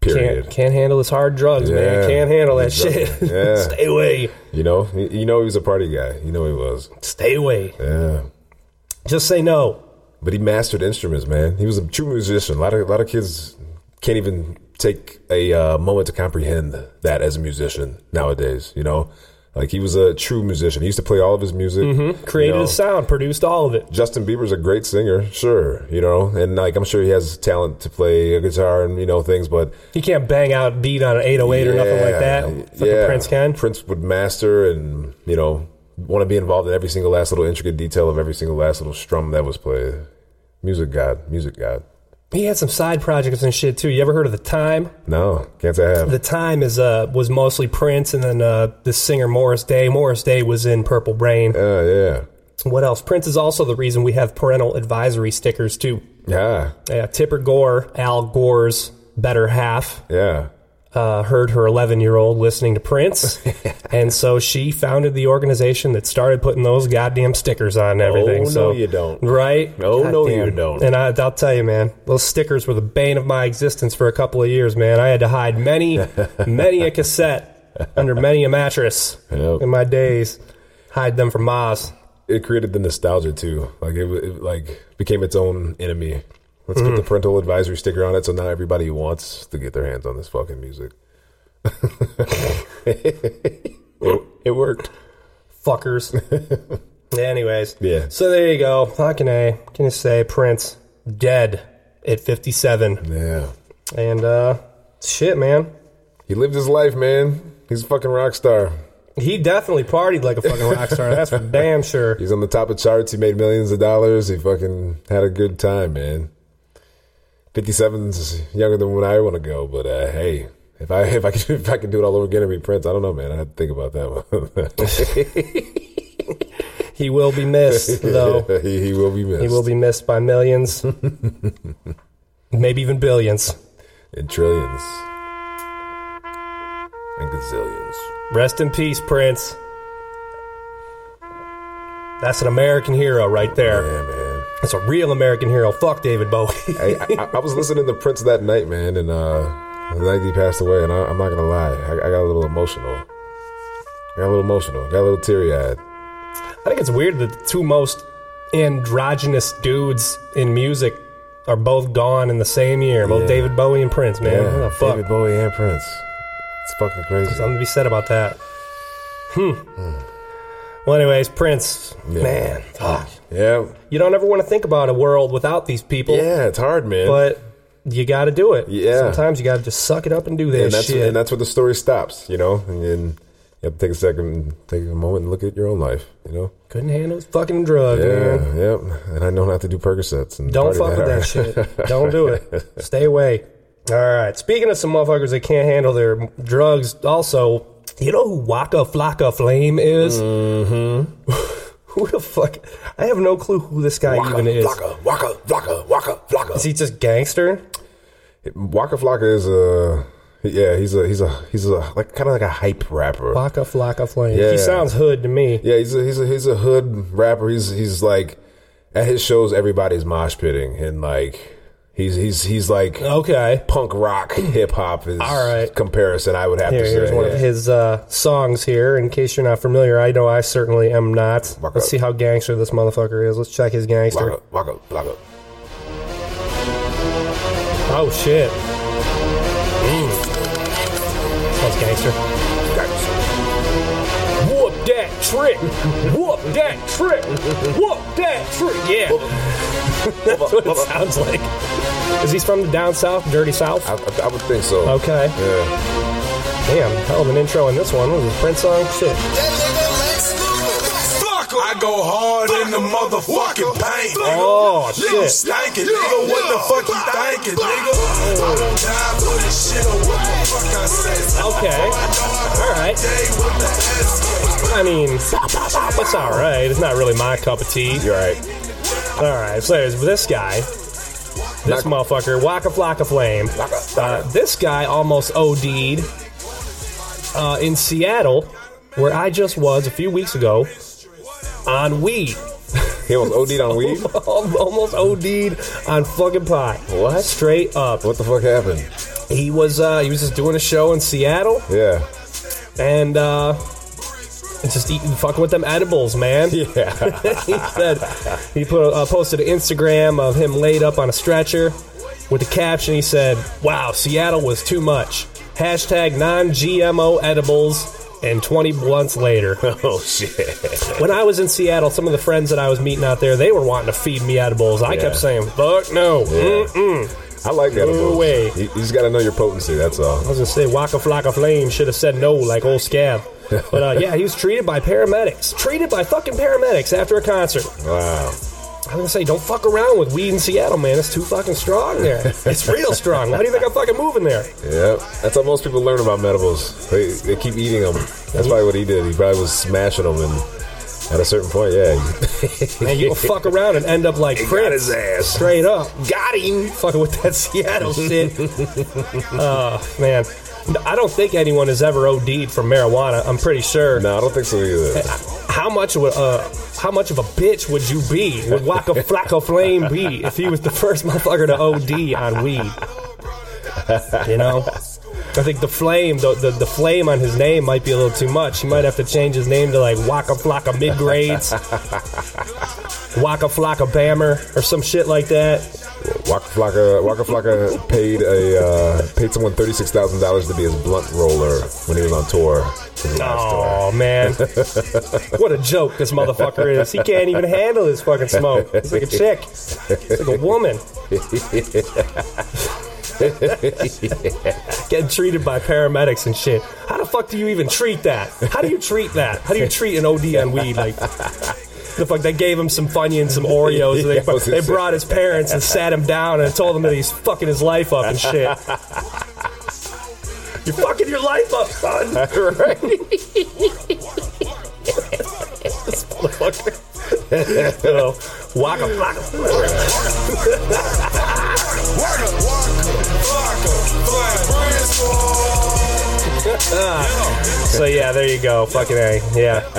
Speaker 5: Period.
Speaker 4: Can't, can't handle his hard drugs, man.
Speaker 5: Yeah.
Speaker 4: Can't handle that
Speaker 5: Exactly.
Speaker 4: shit.
Speaker 5: Yeah.
Speaker 4: Stay away.
Speaker 5: You know, Y- you know he was a party guy. You know he was.
Speaker 4: Stay away.
Speaker 5: Yeah.
Speaker 4: Just say no.
Speaker 5: But he mastered instruments, man. He was a true musician. A lot of a lot of kids can't even take a uh, moment to comprehend that as a musician nowadays. You know, like he was a true musician. He used to play all of his music.
Speaker 4: Mm-hmm. Created
Speaker 5: you know.
Speaker 4: a sound, produced all of it.
Speaker 5: Justin Bieber's a great singer, sure, you know, and like I'm sure he has talent to play a guitar and you know things, but
Speaker 4: He can't bang out beat on an 808 or nothing like that. Fucking
Speaker 5: yeah.
Speaker 4: Prince can.
Speaker 5: Prince would master and you know want to be involved in every single last little intricate detail of every single last little strum that was played. Music god, music god.
Speaker 4: He had some side projects and shit too. You ever heard of the Time?
Speaker 5: No, can't say I have.
Speaker 4: The Time is uh was mostly Prince and then uh the singer Morris Day. Morris Day was in Purple Rain.
Speaker 5: Uh, yeah,
Speaker 4: What else? Prince is also the reason we have parental advisory stickers too.
Speaker 5: yeah,
Speaker 4: Yeah, Tipper Gore, Al Gore's better half,
Speaker 5: yeah.
Speaker 4: uh, heard her 11 year old listening to Prince, and so she founded the organization that started putting those goddamn stickers on everything.
Speaker 5: Oh, no,
Speaker 4: so,
Speaker 5: you don't.
Speaker 4: right?
Speaker 5: No, no, you
Speaker 4: Goddamn.
Speaker 5: don't.
Speaker 4: And I, I'll tell you, man, those stickers were the bane of my existence for a couple of years, man. I had to hide many, many a cassette under many a mattress
Speaker 5: Yep.
Speaker 4: in my days. Hide them from Moz.
Speaker 5: It created the nostalgia too. Like it, w- it like became its own enemy. Let's
Speaker 4: Hmm.
Speaker 5: put the parental advisory sticker on it, so now everybody wants to get their hands on this fucking music. it, it worked.
Speaker 4: fuckers. Anyways,
Speaker 5: Yeah.
Speaker 4: So there you go. Fucking a. Can you say Prince dead at fifty-seven?
Speaker 5: Yeah,
Speaker 4: And uh, shit, man,
Speaker 5: he lived his life, man. He's a fucking rock star.
Speaker 4: he definitely partied like a fucking rock star. That's for damn sure.
Speaker 5: He's on the top of charts. He made millions of dollars. He fucking had a good time, man. 57's younger than when I want to go, but uh, hey, if I if I could if I could do it all over again and be Prince, I don't know, man. I had to think about that
Speaker 4: He will be missed
Speaker 5: one.
Speaker 4: though.
Speaker 5: he, he will be missed.
Speaker 4: He will be missed by millions, maybe even billions.
Speaker 5: in trillions and gazillions.
Speaker 4: Rest in peace, Prince. That's an American hero right there.
Speaker 5: Yeah, man.
Speaker 4: That's a real American hero. Fuck David Bowie.
Speaker 5: Hey, I, I, I was listening to Prince that night, man, and uh, the night he passed away, and I, I'm not gonna lie, I, I got a little emotional. I got a little emotional. Got a little teary eyed.
Speaker 4: I think it's weird that the two most androgynous dudes in music are both gone in the same year. Both
Speaker 5: Yeah.
Speaker 4: David Bowie and Prince, man. what the fuck?
Speaker 5: David Bowie and Prince. It's fucking crazy.
Speaker 4: Something to be said about that. Hmm. Well, anyways, Prince,
Speaker 5: Yeah. Ah.
Speaker 4: man, fuck.
Speaker 5: Yeah.
Speaker 4: you don't ever want to think about a world without these people,
Speaker 5: Yeah, it's hard, man.
Speaker 4: but you got to do it.
Speaker 5: Yeah.
Speaker 4: Sometimes you got to just suck it up and do that
Speaker 5: and that's
Speaker 4: shit.
Speaker 5: and that's where the story stops, you know. And then you have to take a second, take a moment, and look at your own life, you know.
Speaker 4: Couldn't handle this fucking drug,
Speaker 5: Yeah,
Speaker 4: man.
Speaker 5: yep. And I know not to do Percocets. And
Speaker 4: Don't
Speaker 5: party
Speaker 4: fuck with that
Speaker 5: hard.
Speaker 4: shit. Don't do it. Stay away. All right. Speaking of some motherfuckers that can't handle their drugs, also, you know who Waka Flocka Flame is? Mm-hmm. who the fuck? I have no clue who this guy even is.
Speaker 5: waka, waka, waka, waka.
Speaker 4: Is he just gangster?
Speaker 5: Waka Flocka is a yeah. He's a he's a he's a like kind of like a hype rapper.
Speaker 4: Waka Flocka Flame.
Speaker 5: Yeah.
Speaker 4: He sounds hood to me.
Speaker 5: Yeah, he's a, he's a he's a hood rapper. He's he's like at his shows, everybody's mosh pitting and like he's he's he's like
Speaker 4: Okay.
Speaker 5: punk rock hip hop is
Speaker 4: Uh, All right.
Speaker 5: comparison. I would have
Speaker 4: Here,
Speaker 5: to say.
Speaker 4: here's one
Speaker 5: yeah.
Speaker 4: of his uh, songs here. In case you're not familiar, I know I certainly am not.
Speaker 5: Waka.
Speaker 4: Let's see how gangster this motherfucker is. Let's check his gangster.
Speaker 5: Waka, waka, waka.
Speaker 4: Oh shit. Sounds gangster. Whoop that trick. Whoop that trick. Whoop that trick. Yeah. That's what it sounds like. Is he from the down south, dirty south?
Speaker 5: I, I, I would think so.
Speaker 4: Okay.
Speaker 5: Yeah.
Speaker 4: Damn, hell of an intro in this one. What was this, Prince song? Shit.
Speaker 9: I go hard in the motherfucking paint.
Speaker 4: Oh,
Speaker 9: Little
Speaker 4: shit.
Speaker 9: stankin', nigga. What the fuck you thinking, nigga? I won't die for this shit or what the fuck I say.
Speaker 4: Okay. Alright.
Speaker 9: Hey, what the ass?
Speaker 4: I mean, it's alright. It's not really my cup of tea.
Speaker 5: You're right.
Speaker 4: Alright, so there's this guy. This motherfucker, Waka Flocka Flame. Uh, this guy almost OD'd uh, in Seattle, where I just was a few weeks ago, on weed.
Speaker 5: He was OD'd on weed.
Speaker 4: almost OD'd on fucking pot.
Speaker 5: What?
Speaker 4: Straight up.
Speaker 5: What the fuck happened?
Speaker 4: He was uh, he was just doing a show in Seattle
Speaker 5: Yeah.
Speaker 4: and uh, just eating fucking with them edibles, man.
Speaker 5: Yeah.
Speaker 4: he said he put uh, posted an Instagram of him laid up on a stretcher with the caption. He said, "Wow, Seattle was too much." Hashtag non-GMO edibles and 20 blunts later.
Speaker 5: oh shit.
Speaker 4: when I was in Seattle, some of the friends that I was meeting out there, they were wanting to feed me edibles. I kept
Speaker 5: Yeah.
Speaker 4: saying, "Fuck no." Mm.
Speaker 5: I like that. approach.
Speaker 4: way.
Speaker 5: You, you just got to know your potency. That's all.
Speaker 4: I was gonna say Waka Flocka Flame should have said no like old Scab. But uh, yeah, he was treated by paramedics. Treated by fucking paramedics after a concert.
Speaker 5: Wow.
Speaker 4: I'm gonna say, don't fuck around with weed in Seattle, man. It's too fucking strong there. It's real strong. Why do you think I'm fucking moving there?
Speaker 5: Yep. That's how most people learn about medibles. They, they keep eating them. That's probably what he did. He probably was smashing them, and at a certain point, yeah,
Speaker 4: Man, you gonna fuck around and end up like
Speaker 5: he got
Speaker 4: Prince,
Speaker 5: his ass.
Speaker 4: straight up,
Speaker 5: Got him.
Speaker 4: fucking with that Seattle shit. Oh man, I don't think anyone has ever OD'd from marijuana. I'm pretty sure.
Speaker 5: No, I don't think so either.
Speaker 4: How much would uh, how much of a bitch would you be? Would Waka Flocka Flame be if he was the first motherfucker to OD on weed? You know, I think the flame, the, the the flame on his name might be a little too much. He might have to change his name to like Waka Flocka Mid Grades, Waka Flocka Bammer, or some shit like that.
Speaker 5: Waka Flocka, Waka Flocka paid a uh, paid someone thirty six thousand dollars to be his blunt roller when he was on tour. His last tour.
Speaker 4: Oh man, what a joke this motherfucker is. He can't even handle his fucking smoke. He's like a chick, he's like a woman. Getting treated by paramedics and shit. How the fuck do you even treat that? How do you treat that? How do you treat an OD on weed? Like, the fuck, they gave him some Funyuns, some Oreos. and
Speaker 5: Yeah, I was
Speaker 4: they,
Speaker 5: gonna
Speaker 4: they
Speaker 5: say.
Speaker 4: brought his parents and sat him down and told him that he's fucking his life up and shit. You're fucking your life up, son.
Speaker 5: Right.
Speaker 4: motherfucker. oh, waka flocka.
Speaker 9: Waka, waka, waka, flying Prince boy.
Speaker 4: So yeah, there you go. Fucking a. Yeah,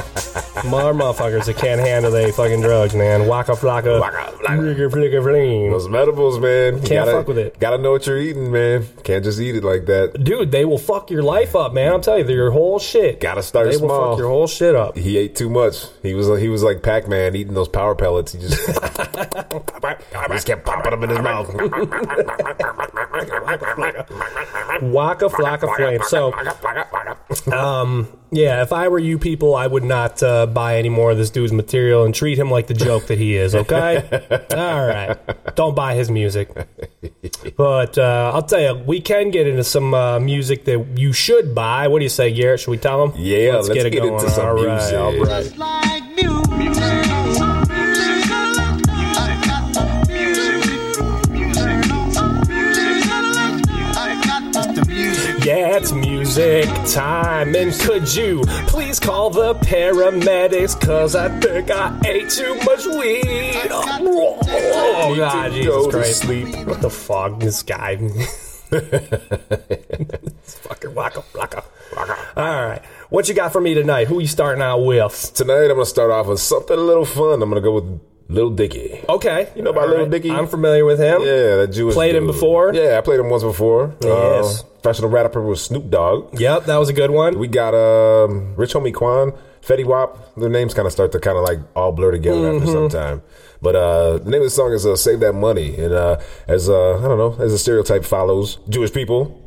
Speaker 4: more motherfuckers that can't handle they fucking drugs, man. Waka flocka.
Speaker 5: Waka flocka.
Speaker 4: Flicka flicka fling.
Speaker 5: Those medibles, man. Can't gotta,
Speaker 4: fuck with it.
Speaker 5: Gotta know what you're eating, man. Can't just eat it like that.
Speaker 4: Dude, they will fuck your life up, man. I'm telling you, your whole shit.
Speaker 5: Gotta start
Speaker 4: They will
Speaker 5: small.
Speaker 4: fuck your whole shit up.
Speaker 5: He ate too much. He was he was like Pac Man eating those power pellets. He just, just kept popping them in his mouth.
Speaker 4: Waka flocka flame. So, um, yeah, if I were you people, I would not. Uh, uh, buy any more of this dude's material and treat him like the joke that he is. Okay, all right. Don't buy his music. But uh, I'll tell you, we can get into some uh, music that you should buy. What do you say, Garrett? Should we tell him?
Speaker 5: Yeah, let's, get, into some
Speaker 4: All right,
Speaker 5: music.
Speaker 4: all right. Yeah, it's music time, and could you please call the paramedics? Cause I think I ate too much weed. Oh,
Speaker 5: Need to
Speaker 4: God,
Speaker 5: go
Speaker 4: Jesus
Speaker 5: to
Speaker 4: Christ.
Speaker 5: sleep.
Speaker 4: What the fuck, this guy? it's fucking waka waka. All right, what you got for me tonight? Who you starting out with?
Speaker 5: Tonight, I'm going to start off with something a little fun. I'm going to go with Little Dicky.
Speaker 4: Okay, you
Speaker 5: know about Lil Dicky?
Speaker 4: I'm familiar with him.
Speaker 5: Yeah, that Jewish
Speaker 4: Played him
Speaker 5: dude.
Speaker 4: before?
Speaker 5: Yeah, I played him once before.
Speaker 4: Yes.
Speaker 5: Uh, professional rapper with Snoop Dogg.
Speaker 4: Yep, that was a good one.
Speaker 5: We got um, Rich Homie Quan, Fetty Wap. Their names kind of start to kind of like all blur together
Speaker 4: Mm-hmm.
Speaker 5: after some time. But uh, the name of the song is uh, "Save That Money," and uh, as uh, I don't know, as the stereotype follows, Jewish people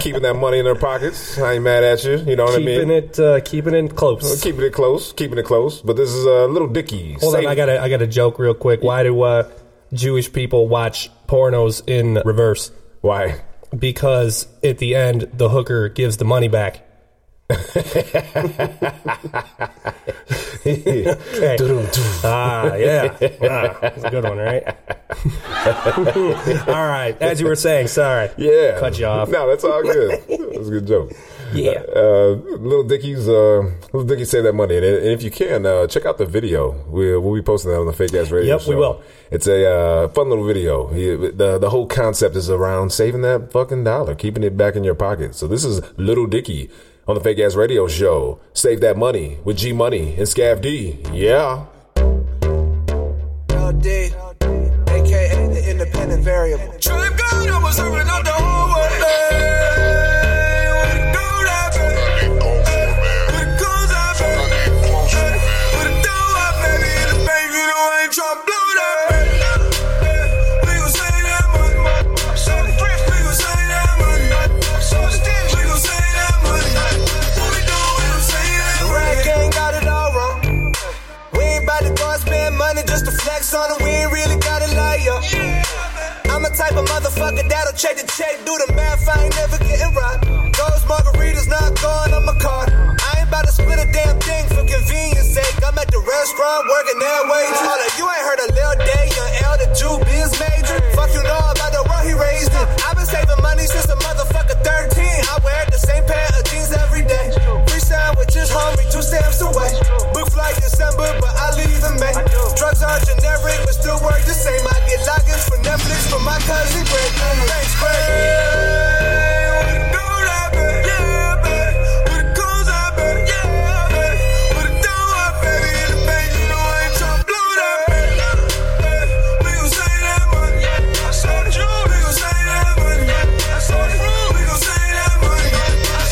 Speaker 5: keeping that money in their pockets. I ain't mad at you. You know what I
Speaker 4: keeping
Speaker 5: mean?
Speaker 4: it, uh, keeping it close.
Speaker 5: Keeping it close, keeping it close. But this is uh, Little Dicky.
Speaker 4: Hold on,
Speaker 5: Save-
Speaker 4: I got to I got to joke real quick. Why do uh, Jewish people watch pornos in reverse?
Speaker 5: why.
Speaker 4: Because at the end, the hooker gives the money back. Okay. Ah, yeah. Ah, that's a good one, right? all right. As you were saying, sorry.
Speaker 5: Yeah.
Speaker 4: Cut you off.
Speaker 5: No, that's all good. that's a good joke.
Speaker 4: Yeah.
Speaker 5: Uh, Little Dicky's, uh, Little Dicky Save That Money. And, and if you can, uh, check out the video. We, we'll be posting that on the Fake Ass Radio
Speaker 4: Yep, we
Speaker 5: show.
Speaker 4: will.
Speaker 5: It's a uh, fun little video. He, the, the whole concept is around saving that fucking dollar, keeping it back in your pocket. So this is Little Dicky on the Fake Ass Radio show. Save That Money with G Money and Scav D. Yeah.
Speaker 9: LD, aka the independent variable. Trap God, I was serving out the whole way. Hey, what it do, that baby? Hey, what it goes, that baby? Hey, what it do, that baby? The baby, you know I ain't tryna blow that baby. Hey, we gon' save that money. We gon' save that money. We gon' save that money. What we do, we gon' save that money. ain't got it all wrong. We ain't about to go and spend money just to flex on it. We ain't really gotta lie, yo. I'm a type of motherfucker that'll check the check, do the math. I ain't never getting robbed. Those margaritas not going on my card. I ain't about to split a damn thing for convenience sake. I'm at the restaurant working that way. Hold up, you ain't heard of Lil Day, young L, the Jew biz major. Fuck you know about the world he raised in. I've been saving money since a motherfucker 13. I wear the same pair of jeans every day. Free sandwiches, hungry, two stamps away. Book flight December, but I leave in May. Drugs are generic, but still work the same. I get logins for Netflix from my cousin Greg. Thanks, Greg.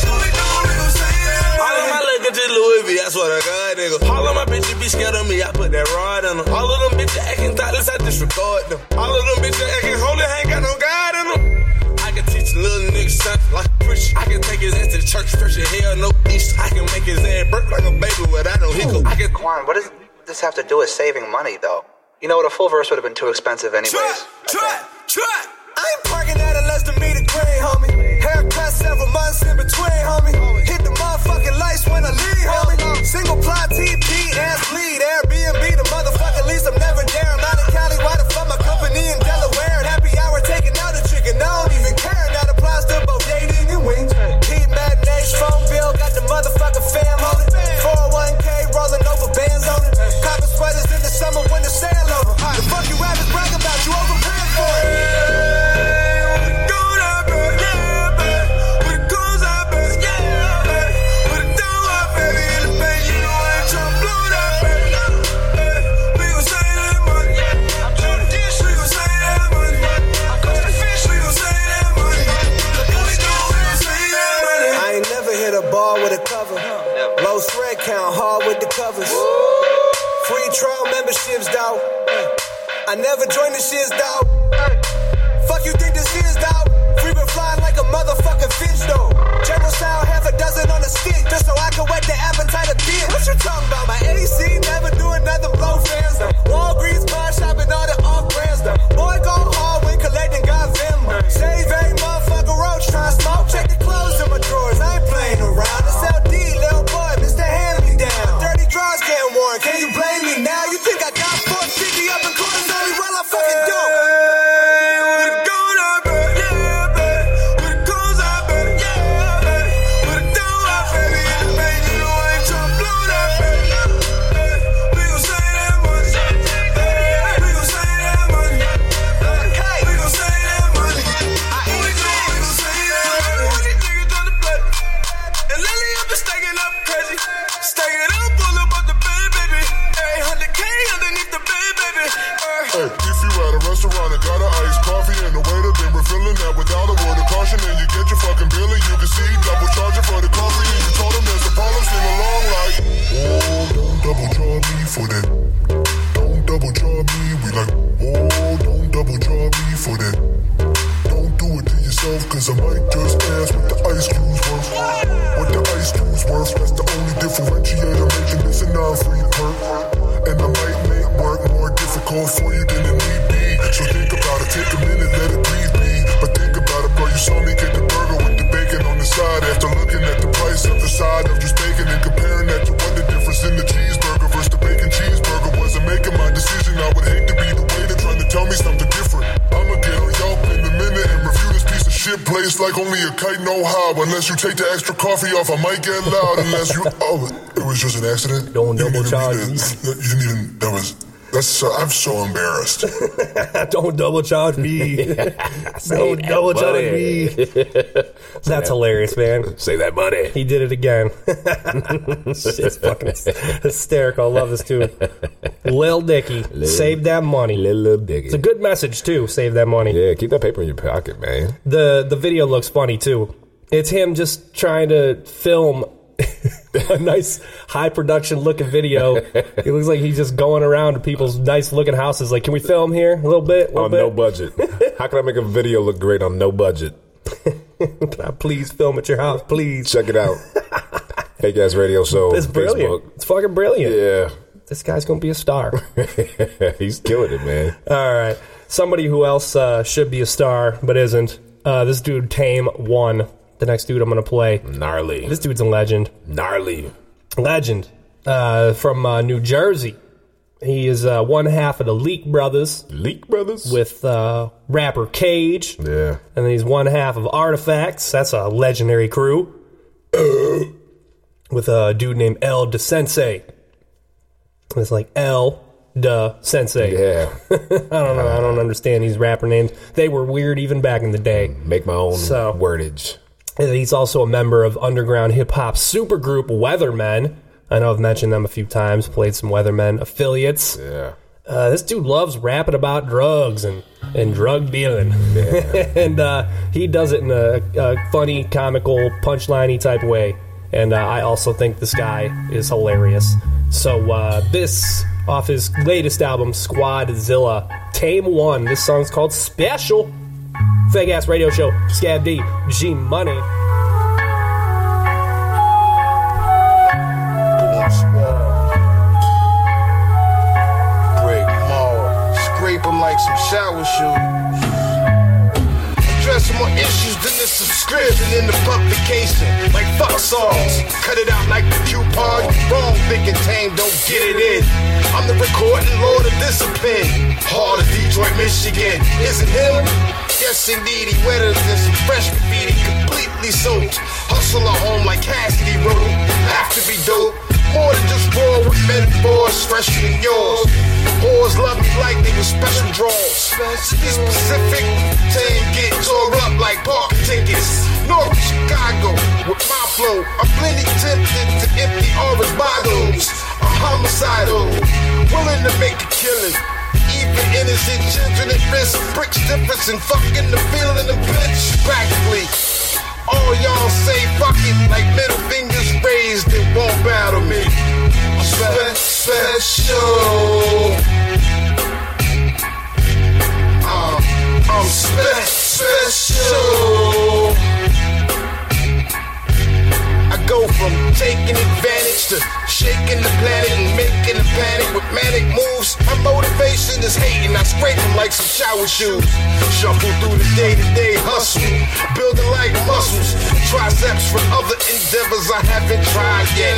Speaker 10: All of my liquor just Louis V, I swear to God, nigga. All of my bitches be scared of me, I put that rod in them. All of them bitches acting thoughtless, I disregard them. All of them bitches acting holy, I ain't got no God in them. I can teach a little nigga something like a preacher. I can take his ass to church, fresh as hell, no east. I can make his ass burp like a baby without no hiccup. I can
Speaker 11: Quan, what does this have to do with saving money, though? You know what? A full verse would have been too expensive, anyways.
Speaker 9: I ain't parking at a less than meter green, homie. Haircut several months in between, homie. Hit the motherfucking lights when I leave, homie. Single plot TP ass lead. Airbnb the motherfucking lease. I'm never there. I'm out of Cali. Why the fuck my company in Delaware? And happy hour taking out a chicken. I don't even care. That applies to both dating and wings. Heat matinees, phone bill. Got the motherfucking fam on it. 401k rolling over bands on it. Copping sweaters in the summer when the sale over. The fuck you rappers brag about? You overpaying for it. I ain't never hit a ball with a cover. Low thread count, hard with the covers. Free trial memberships, though. I never joined the shits, though. Fuck you think this is though? Free been flying like a motherfucking fish though. General style, half a dozen on a stick, just so I can whet the appetite of Uh, "Oh, "Oh,
Speaker 12: ass with the ice cubes worth. What the ice cubes worth, that's the only differentiator making this a non free perk. And I might make work more difficult for you than it need be. So think about it, take a minute, let it breathe me. But think about it, bro, you saw me get the burger with the bacon on the side. After looking at the price of the side of just bacon and comparing that to what the difference in the cheeseburger versus the bacon cheeseburger wasn't making my decision. I would hate to be the waiter trying to tell me something different. I'ma get on Yelp in a minute and review this piece of shit place like only a kite know how. Unless you take the extra coffee off, I might get loud. Unless you, oh, it was just an accident. Don't double charge. You didn't even. That was. That's. So, I'm so embarrassed.
Speaker 4: Don't double charge me. Don't double charge me. That's hilarious, man.
Speaker 13: Say that, buddy.
Speaker 4: He did it again. Shit's fucking hysterical. I love this too. Lil Dicky, save that money.
Speaker 13: Lil Dicky.
Speaker 4: It's a good message too. Save that money.
Speaker 5: Yeah, keep that paper in your pocket, man.
Speaker 4: The the video looks funny too. It's him just trying to film a nice high production looking video. It looks like he's just going around to people's nice looking houses. Like, can we film here a little bit? A little
Speaker 5: on
Speaker 4: bit?
Speaker 5: no budget. How can I make a video look great on no budget?
Speaker 4: can I please film at your house, please?
Speaker 5: Check it out. Fake ass radio show.
Speaker 4: It's brilliant.
Speaker 5: Facebook.
Speaker 4: It's fucking brilliant.
Speaker 5: Yeah.
Speaker 4: This guy's gonna be a star.
Speaker 5: He's killing it, man.
Speaker 4: All right. Somebody who else uh, should be a star but isn't. Uh, this dude, Tame One. The next dude I'm going to play.
Speaker 13: Gnarly.
Speaker 4: This dude's a legend.
Speaker 13: Gnarly.
Speaker 4: Legend uh, from uh, New Jersey. He is uh, one half of the Leak Brothers
Speaker 5: Leak Brothers?
Speaker 4: with uh, rapper Cage.
Speaker 5: Yeah.
Speaker 4: And then he's one half of Artifacts. That's a legendary crew. With a dude named El De Sensei. It's like El De Sensei.
Speaker 5: Yeah.
Speaker 4: I don't know. I don't understand these rapper names. They were weird even back in the day.
Speaker 5: Make my own
Speaker 4: So-
Speaker 5: wordage.
Speaker 4: And He's also a member of underground hip hop supergroup Weathermen. I know I've mentioned them a few times, played some Weathermen affiliates.
Speaker 5: Yeah.
Speaker 4: Uh, this dude loves rapping about drugs and, and drug dealing. and uh, he does it in a, a funny, comical, punchliney type way. And uh, I also think this guy is hilarious. So, uh, this off his latest album, Squadzilla, Tame One. This song's called Special. Fake Ass Radio Show, Scab D, G Money.
Speaker 9: Break mall. Scrape 'em like some shower shoes. Address more issues than the subscription in the publication. Like fuck songs. Cut it out like the coupon. Wrong thinking tame, don't get it in. I'm the recording lord of discipline. Hard of Detroit, Michigan. Is it him? Yes, indeed, he wetter than some fresh graffiti, completely soaked. Hustle a home like Cassidy wrote. Have to be dope. More than just raw with metaphors, fresher than yours. Boys love me like they were special draws. To be specific, team get tore up like park tickets. North Chicago with my flow. I'm plenty tempted to empty orange bottles. I'm homicidal, willing to make a killing. Even innocent children at risk. Bricks difference in fucking the feeling of bitch. Practically. All y'all say fuck it like middle fingers raised. It won't battle me. Spe- special. Uh, I'm spe- special. I go from taking advantage to shaking the planet and making the panic with manic moves. My motivation is hating, I scrape 'em like some shower shoes. Shuffle through the day to day hustle, building like muscles. Triceps from other endeavors I haven't tried yet.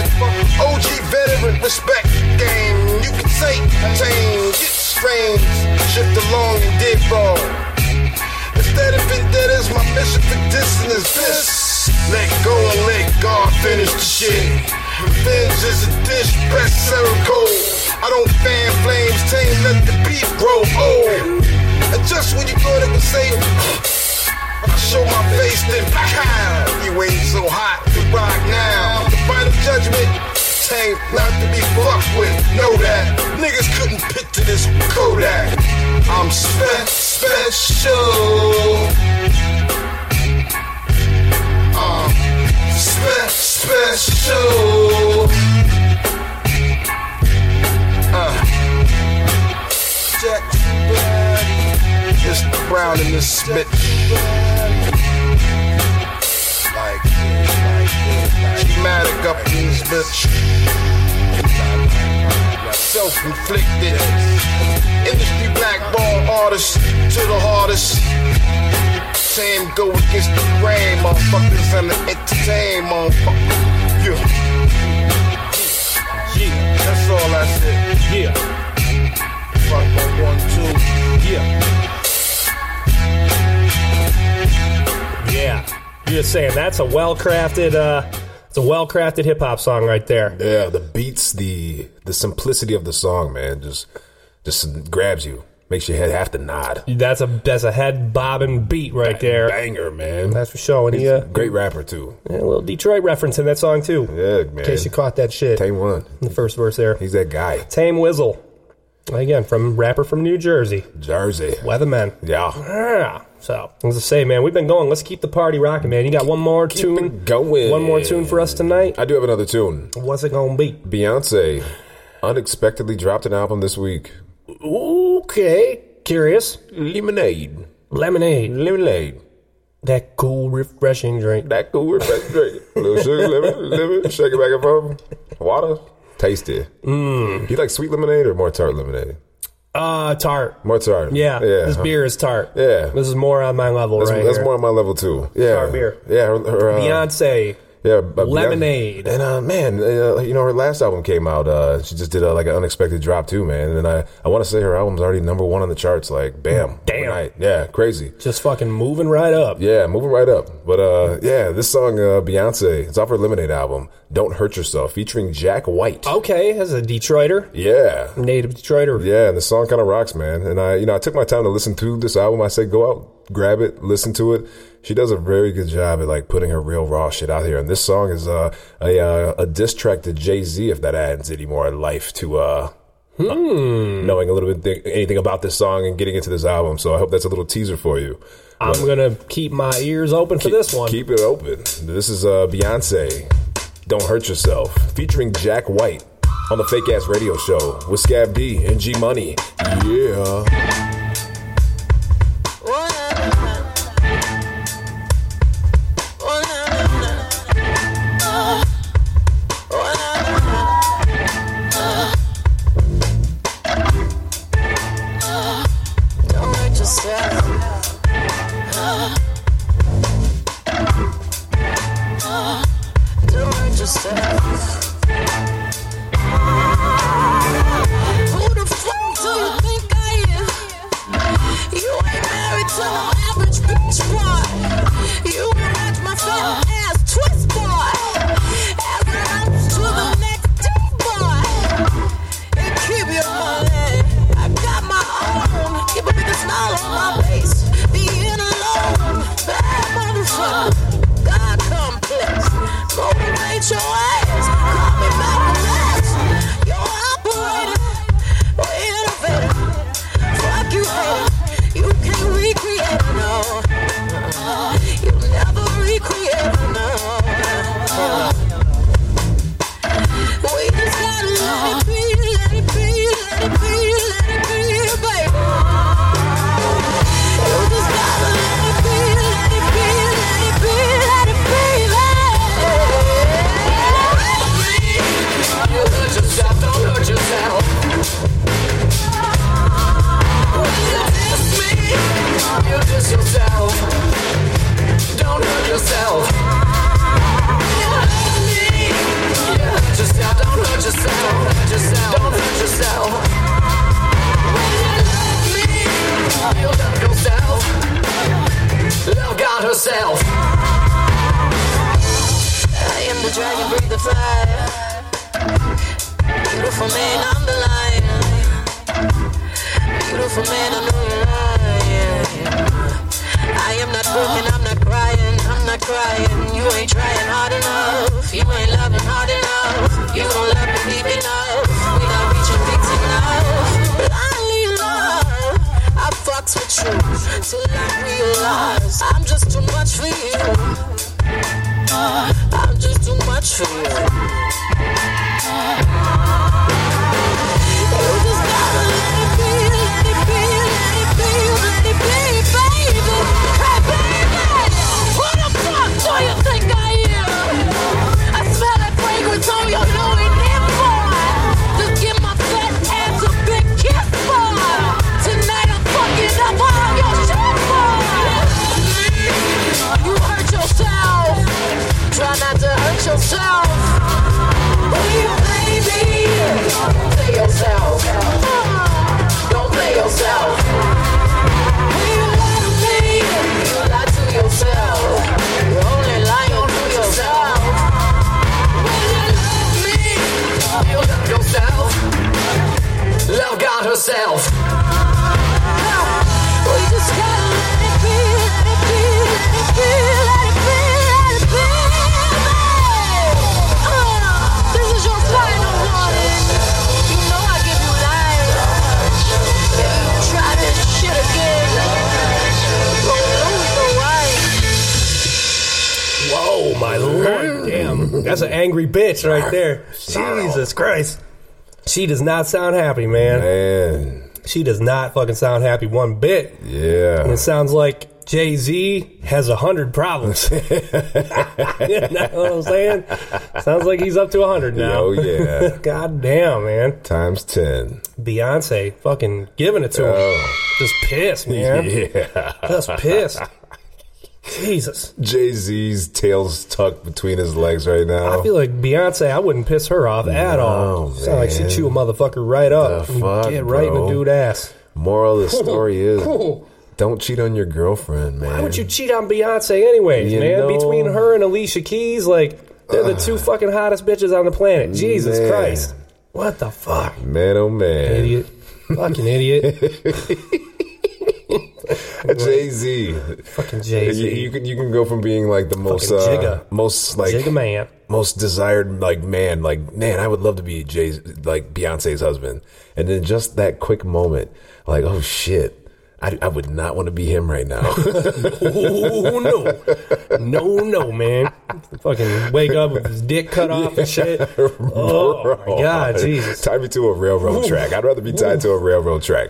Speaker 9: OG veteran, respect game. You can take, tame, get strange, shift along and dig wrong. Instead of vendettas, my mission for dissing is this. Let go and let God finish the shit. Revenge is a dish, best served cold. I don't fan flames, tame, let the beat grow old. And just when you thought it was safe, I show my face, then pow, you ain't so hot to rock now. The final judgment, tame, not to be fucked with, know that. Niggas couldn't picture this Kodak. I'm spe- special. Uh, spe- special. Uh, Jack, it's Brown in this bitch. bitch. Self-inflicted. Industry blackball artists to the hardest. Saying go against the grain, motherfuckers, and the entertain, motherfuckers. Yeah. Yeah. That's all I said. Yeah. Fuck on one, two. Yeah.
Speaker 4: Yeah. You're just saying that's a well crafted uh it's a well crafted hip hop song right there.
Speaker 5: Yeah, the beats, the the simplicity of the song, man, just just grabs you, makes your head have to nod.
Speaker 4: That's a that's a head bobbing beat right there.
Speaker 5: Banger, man.
Speaker 4: That's for sure. And he,
Speaker 5: He's
Speaker 4: uh,
Speaker 5: a great rapper too.
Speaker 4: yeah, a little Detroit reference in that song too.
Speaker 5: Yeah, man.
Speaker 4: In case you caught that shit.
Speaker 5: Tame one.
Speaker 4: in the first verse there.
Speaker 5: He's that guy.
Speaker 4: Tame Wizzle. Again, from rapper from New Jersey.
Speaker 5: Jersey.
Speaker 4: Weatherman.
Speaker 5: Yeah.
Speaker 4: Yeah. So, as I say, man, we've been going. Let's keep the party rocking, man. You got one more tune.
Speaker 5: Going.
Speaker 4: One more tune for us tonight.
Speaker 5: I do have another tune.
Speaker 4: What's it gonna be?
Speaker 5: Beyonce unexpectedly dropped an album this week.
Speaker 4: Okay. Curious.
Speaker 5: Lemonade.
Speaker 4: Lemonade.
Speaker 5: Lemonade.
Speaker 4: That cool, refreshing drink.
Speaker 5: That cool refreshing drink. Little sugar, lemon, lemon, shake it back and forth. Water. Tasty. Mm. You like sweet lemonade or more tart lemonade?
Speaker 4: Uh, tart.
Speaker 5: More tart.
Speaker 4: Yeah.
Speaker 5: Yeah.
Speaker 4: This
Speaker 5: huh?
Speaker 4: beer is tart.
Speaker 5: Yeah.
Speaker 4: This is more on my level
Speaker 5: That's,
Speaker 4: right
Speaker 5: that's
Speaker 4: here.
Speaker 5: more on my level too. Yeah.
Speaker 4: Tart beer.
Speaker 5: Yeah. Her, her, uh,
Speaker 4: Beyonce.
Speaker 5: Yeah, but Beyonce-
Speaker 4: Lemonade.
Speaker 5: And uh, man, uh, you know her last album came out. Uh, she just did uh, like an unexpected drop too, man. And I, I want to say her album's already number one on the charts. Like, bam,
Speaker 4: Damn.
Speaker 5: overnight. yeah, crazy.
Speaker 4: Just fucking moving right up.
Speaker 5: Yeah, moving right up. But uh, yeah, this song, uh, Beyonce, it's off her Lemonade album, "Don't Hurt Yourself," featuring Jack White.
Speaker 4: Okay, as a Detroiter,
Speaker 5: Yeah,
Speaker 4: native Detroiter.
Speaker 5: yeah, and the song kind of rocks, man. And I, you know, I took my time to listen through this album. I said, go out, grab it, listen to it. She does a very good job at like putting her real raw shit out here. And this song is uh, a uh, a diss track to Jay Z, if that adds any more life to uh, knowing a little bit th- anything about this song and getting into this album. So I hope that's a little teaser for you.
Speaker 4: I'm gonna keep my ears open for this one.
Speaker 5: Keep it open. This is uh, Beyonce, "Don't Hurt Yourself," featuring Jack White on the Fake Ass Radio Show with Scab D and G Money. Yeah.
Speaker 14: Don't hurt yourself. Don't hurt yourself. Who the fuck do you think I am? You ain't married to no average bitch boy. You ain't match my fat ass twist boy. Every ounce to the next day boy. And keep your money. I got my own. Keep a big smile on my face. Being alone. Bad motherfucker. God complex. Motivate your ass. Call me Malcolm X. You're operator. Or innovator. Fuck you, hater. You can't recreate it, no. Uh-uh. You never recreate it, no. We just gotta let it be, let it be, let it be, let it be, baby. You just gotta let it be, let it be, let it be, let it be, baby. You hurt yourself, don't hurt yourself. You diss me, you diss yourself. Don't hurt yourself. You hurt me. Don't hurt yourself, don't hurt yourself, don't hurt yourself, don't hurt yourself. When you love me, you love yourself. Love God herself. I am the dragon, breathe the fire. Beautiful man, I'm the lion. Beautiful man, I know you're lying. I am not broken, I'm not crying, I'm not crying. You ain't trying hard enough, you ain't loving hard enough. You don't love me deep enough, we not reaching deep enough. Blindly love, I fucks with you till I realize I'm just too much for you. Uh, I'm just too much for you. You just gotta let it be, let it be, let it be, let it be, baby. Hey, baby, who the fuck do you think I am? I smell that fragrance on your
Speaker 4: Oh my lord! Damn, that's an angry bitch right there. Jesus Christ, she does not sound happy, man.
Speaker 5: Man,
Speaker 4: she does not fucking sound happy one bit.
Speaker 5: Yeah,
Speaker 4: And it sounds like Jay Z has a hundred problems. you know what I'm saying? Sounds like he's up to a hundred now.
Speaker 5: Oh, yeah.
Speaker 4: God damn, man.
Speaker 5: times ten.
Speaker 4: Beyonce fucking giving it to him.
Speaker 5: Oh.
Speaker 4: Just pissed, man.
Speaker 5: Yeah.
Speaker 4: Just pissed. Jesus.
Speaker 5: Jay Z's tail's tucked between his legs right now.
Speaker 4: I feel like Beyonce, I wouldn't piss her off at all.
Speaker 5: No,
Speaker 4: Sound like she'd
Speaker 5: man.
Speaker 4: chew a motherfucker right up.
Speaker 5: The
Speaker 4: and
Speaker 5: fuck,
Speaker 4: get right in
Speaker 5: bro?
Speaker 4: the dude ass.
Speaker 5: Moral of the story is don't cheat on your girlfriend, man.
Speaker 4: Why would you cheat on Beyonce anyways,
Speaker 5: You
Speaker 4: man?
Speaker 5: know-
Speaker 4: Between her and Alicia Keys, like they're the two fucking hottest bitches on the planet. Jesus
Speaker 5: Man.
Speaker 4: Christ. What the fuck?
Speaker 5: Man, oh man.
Speaker 4: Idiot. fucking idiot.
Speaker 5: Jay Z.
Speaker 4: Fucking
Speaker 5: You,
Speaker 4: Jay Z.
Speaker 5: you can you can go from being like the most
Speaker 4: Fucking
Speaker 5: uh,
Speaker 4: Jigga.
Speaker 5: most like
Speaker 4: Jigga man.
Speaker 5: most desired like man like man I would love to be Jay like Beyonce's husband and then just that quick moment like oh shit I, I would not want to be him right now
Speaker 4: Oh no. No, no, man. Fucking wake up with his dick cut off and shit. Oh
Speaker 5: Bro,
Speaker 4: my god, Jesus.
Speaker 5: tie me to a railroad
Speaker 4: Oof.
Speaker 5: track I'd rather be tied to a railroad track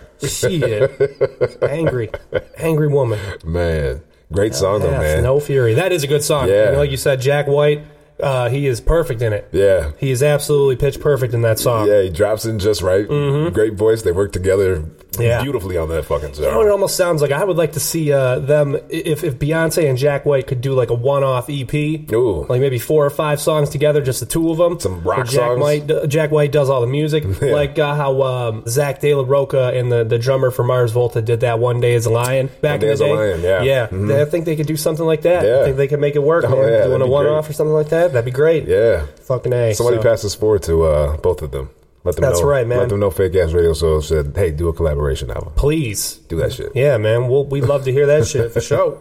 Speaker 4: Shit. Angry. Angry woman.
Speaker 5: man great song though
Speaker 4: Yes,
Speaker 5: Oh, man
Speaker 4: No Fury. That is a good song.
Speaker 5: Yeah.
Speaker 4: You know, like you said, Jack White, uh, he is perfect in it.
Speaker 5: yeah
Speaker 4: He is absolutely pitch perfect in that song.
Speaker 5: Yeah, he drops in just right. Great voice. They work together
Speaker 4: Mm-hmm. Yeah.
Speaker 5: beautifully on that fucking
Speaker 4: You know what it
Speaker 5: song.
Speaker 4: almost sounds like? I would like to see uh, them if, if Beyonce and Jack White could do like a one-off EP,
Speaker 5: Ooh.
Speaker 4: like maybe four or five songs together, just the two of them.
Speaker 5: Some rock
Speaker 4: Where Jack
Speaker 5: songs.
Speaker 4: White, Jack White does all the music,
Speaker 5: Yeah.
Speaker 4: like uh, how um, Zach De La Roca and the, the drummer for Mars Volta did that "One Day As a Lion" back
Speaker 5: Day
Speaker 4: in the
Speaker 5: as a
Speaker 4: day.
Speaker 5: Lion, yeah.
Speaker 4: yeah.
Speaker 5: Mhm.
Speaker 4: They- I think they could do something like that.
Speaker 5: Yeah.
Speaker 4: I think they could make it work.
Speaker 5: Oh,
Speaker 4: man.
Speaker 5: yeah, that'd
Speaker 4: Doing
Speaker 5: be
Speaker 4: a one-off
Speaker 5: great.
Speaker 4: or something like that, that'd be great.
Speaker 5: yeah.
Speaker 4: Fucking a.
Speaker 5: Somebody
Speaker 4: So-
Speaker 5: pass this forward to uh, both of them. Let them
Speaker 4: That's
Speaker 5: know,
Speaker 4: right, man.
Speaker 5: Let them know Fake Ass Radio Show said, hey, do a collaboration album.
Speaker 4: please.
Speaker 5: Do that shit.
Speaker 4: Yeah, man. We'll, we'd love to hear that shit for sure.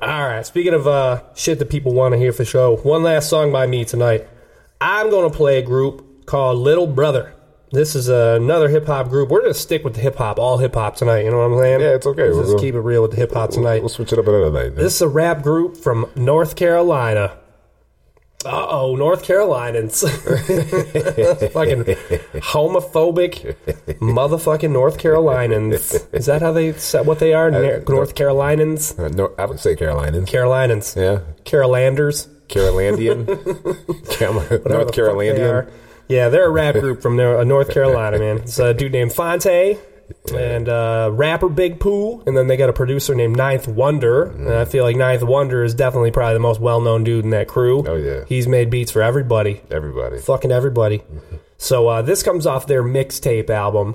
Speaker 4: All right. Speaking of uh, shit that people want to hear for show, one last song by me tonight. I'm going to play a group called Little Brother. This is another hip hop group. We're going to stick with the hip hop, all hip hop tonight. You know what I'm saying?
Speaker 5: Yeah, it's okay.
Speaker 4: Let's
Speaker 5: We'll
Speaker 4: just
Speaker 5: go-
Speaker 4: keep it real with the hip hop tonight.
Speaker 5: We'll switch it up another night.
Speaker 4: This is a rap group from North Carolina. Uh oh, North Carolinians. fucking homophobic motherfucking North Carolinians. Is that how they is that what they are? Nar- North Carolinians?
Speaker 5: Uh, no, I would say Carolinians.
Speaker 4: Carolinians.
Speaker 5: yeah.
Speaker 4: Carolanders.
Speaker 5: Carolandian. Cam-
Speaker 4: Whatever
Speaker 5: North
Speaker 4: the fuck they are.
Speaker 5: Carolandian.
Speaker 4: Yeah, they're a rap group from there, uh, North Carolina, man. It's a dude named Fonte and uh, rapper Big Pooh, and then they got a producer named Ninth Wonder. And
Speaker 5: Mm.
Speaker 4: I feel like Ninth Wonder is definitely probably the most well-known dude in that crew.
Speaker 5: Oh, yeah.
Speaker 4: he's made beats for everybody,
Speaker 5: Everybody.
Speaker 4: fucking everybody.
Speaker 5: Mm-hmm.
Speaker 4: So uh, this comes off their mixtape album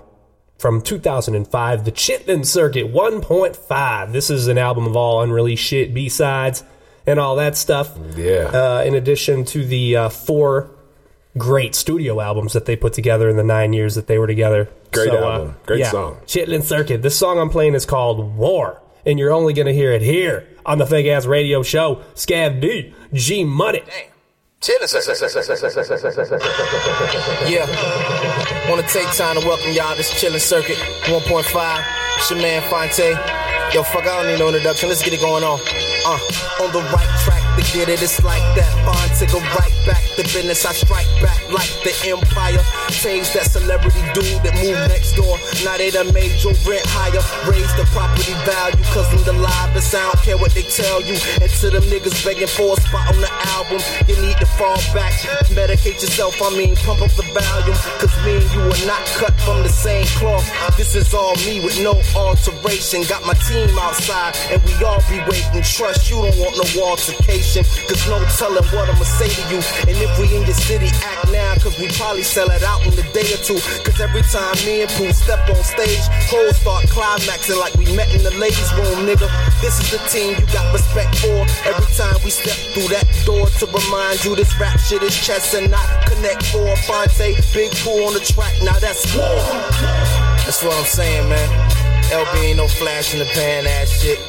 Speaker 4: from 2005, the Chitlin Circuit 1.5. This is an album of all unreleased shit, B-sides, and all that stuff
Speaker 5: Yeah.
Speaker 4: uh, in addition to the uh, four great studio albums that they put together in the nine years that they were together.
Speaker 5: Great
Speaker 4: uh,
Speaker 5: album. Great
Speaker 4: yeah.
Speaker 5: song.
Speaker 4: Chitlin Circuit. This song I'm playing is called War, and you're only going to hear it here on the Fake Ass Radio Show. Scav D, G Money.
Speaker 14: Yeah. Wanna take time to welcome y'all to this chilling circuit 1.5. It's your man Fonte. Yo, fuck, I don't need no introduction. Let's get it going on. Uh, on the right track to get it, it's like that. Fonte go right back to business. I strike back like the empire. Change that celebrity dude that moved next door. Now they done made your rent higher. Raise the property value, cause I'm the liveest. I don't care what they tell you. And to them niggas begging for a spot on the album, you need to fall back. Medicate yourself, I mean, pump up the volume. Cause me and you are not cut from the same cloth. This is all me with no alteration. Got my team outside, and we all be waiting. Trust you don't want no altercation. Cause no telling what I'ma say to you. And if we in your city, act now, cause we probably sell it out in a day or two. Cause every time me and Pooh step on stage, hoes start climaxing like we met in the ladies' room, nigga. This is the team you got respect for. Every time we step through that door to remind you this rap shit is chess and not connect for Fonte. Big Pooh on the track, now that's war. That's what I'm saying, man. LB ain't no flash in the pan ass shit.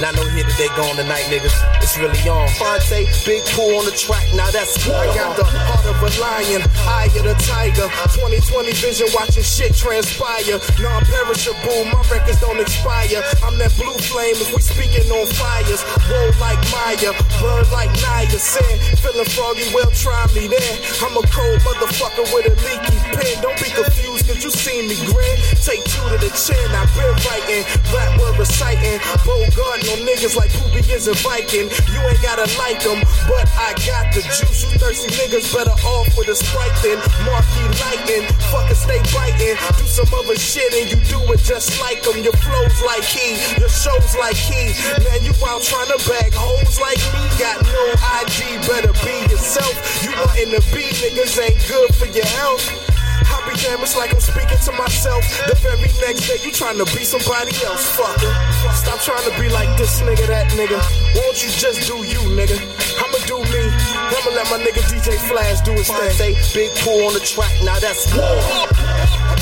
Speaker 14: Not no here today, gone tonight, niggas. It's really on. Fonte, big pool on the track, now that's war. I got the heart of a lion, eye of the tiger. 2020 vision, watching shit transpire. Non perishable, my records don't expire. I'm that blue flame if we speaking on fires. Roll like Maya, burn like Nia. Sin, feeling froggy, well, try me then. I'm a cold motherfucker with a leaky pen. Don't be confused, cause you seen me grin. Take two to the chin, I've been writing. Rap word reciting. Bogart on niggas like Poopy is a Viking. You ain't gotta like them, but I got the juice. You thirsty niggas better off with a sprite then. Marquee lightning, fucker stay biting. Do some other shit and you do it just like them. Your flows like he, your shows like he. Man, you out trying to bag hoes like me. Got no IG, better be yourself. You wantin' to be niggas ain't good for your health. I be damn, it's like I'm speaking to myself. The very next day, you tryna be somebody else, fucker. Stop trying to be like this nigga, that nigga. Won't you just do you, nigga? I'ma do me. I'ma let my nigga DJ Flash do his thing. Say big pool on the track, now that's war.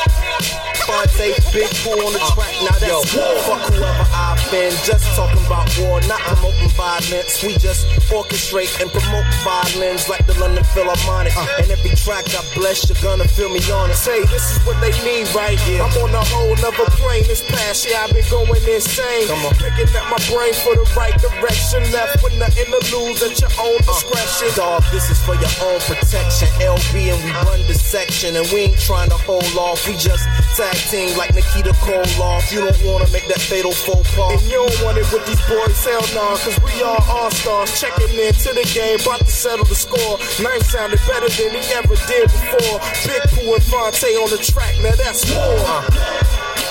Speaker 14: Fonte, big pool on the track, now that's war. Fuck whoever I offend, just talking about war, not promoting violence. We just orchestrate and promote violence like the London Philharmonic. And every track I bless, you're gonna feel me on it. Say, this is what they need right here. I'm on a whole nother plane this past year, I've been going insane. Come on. Picking up my brain for the right direction, left with nothing to lose at your own discretion. Dog, this is for your own protection. LB and we run the section, and we ain't trying to hold off. We just tag team like Nikita Koloff. You don't wanna make that fatal faux pas. And you don't want it with these boys, hell nah, cause we are all stars. Checking in to the game, about to settle the score. Night sounded better than he ever did before. Big Pooh and Fonte on the track, now that's war.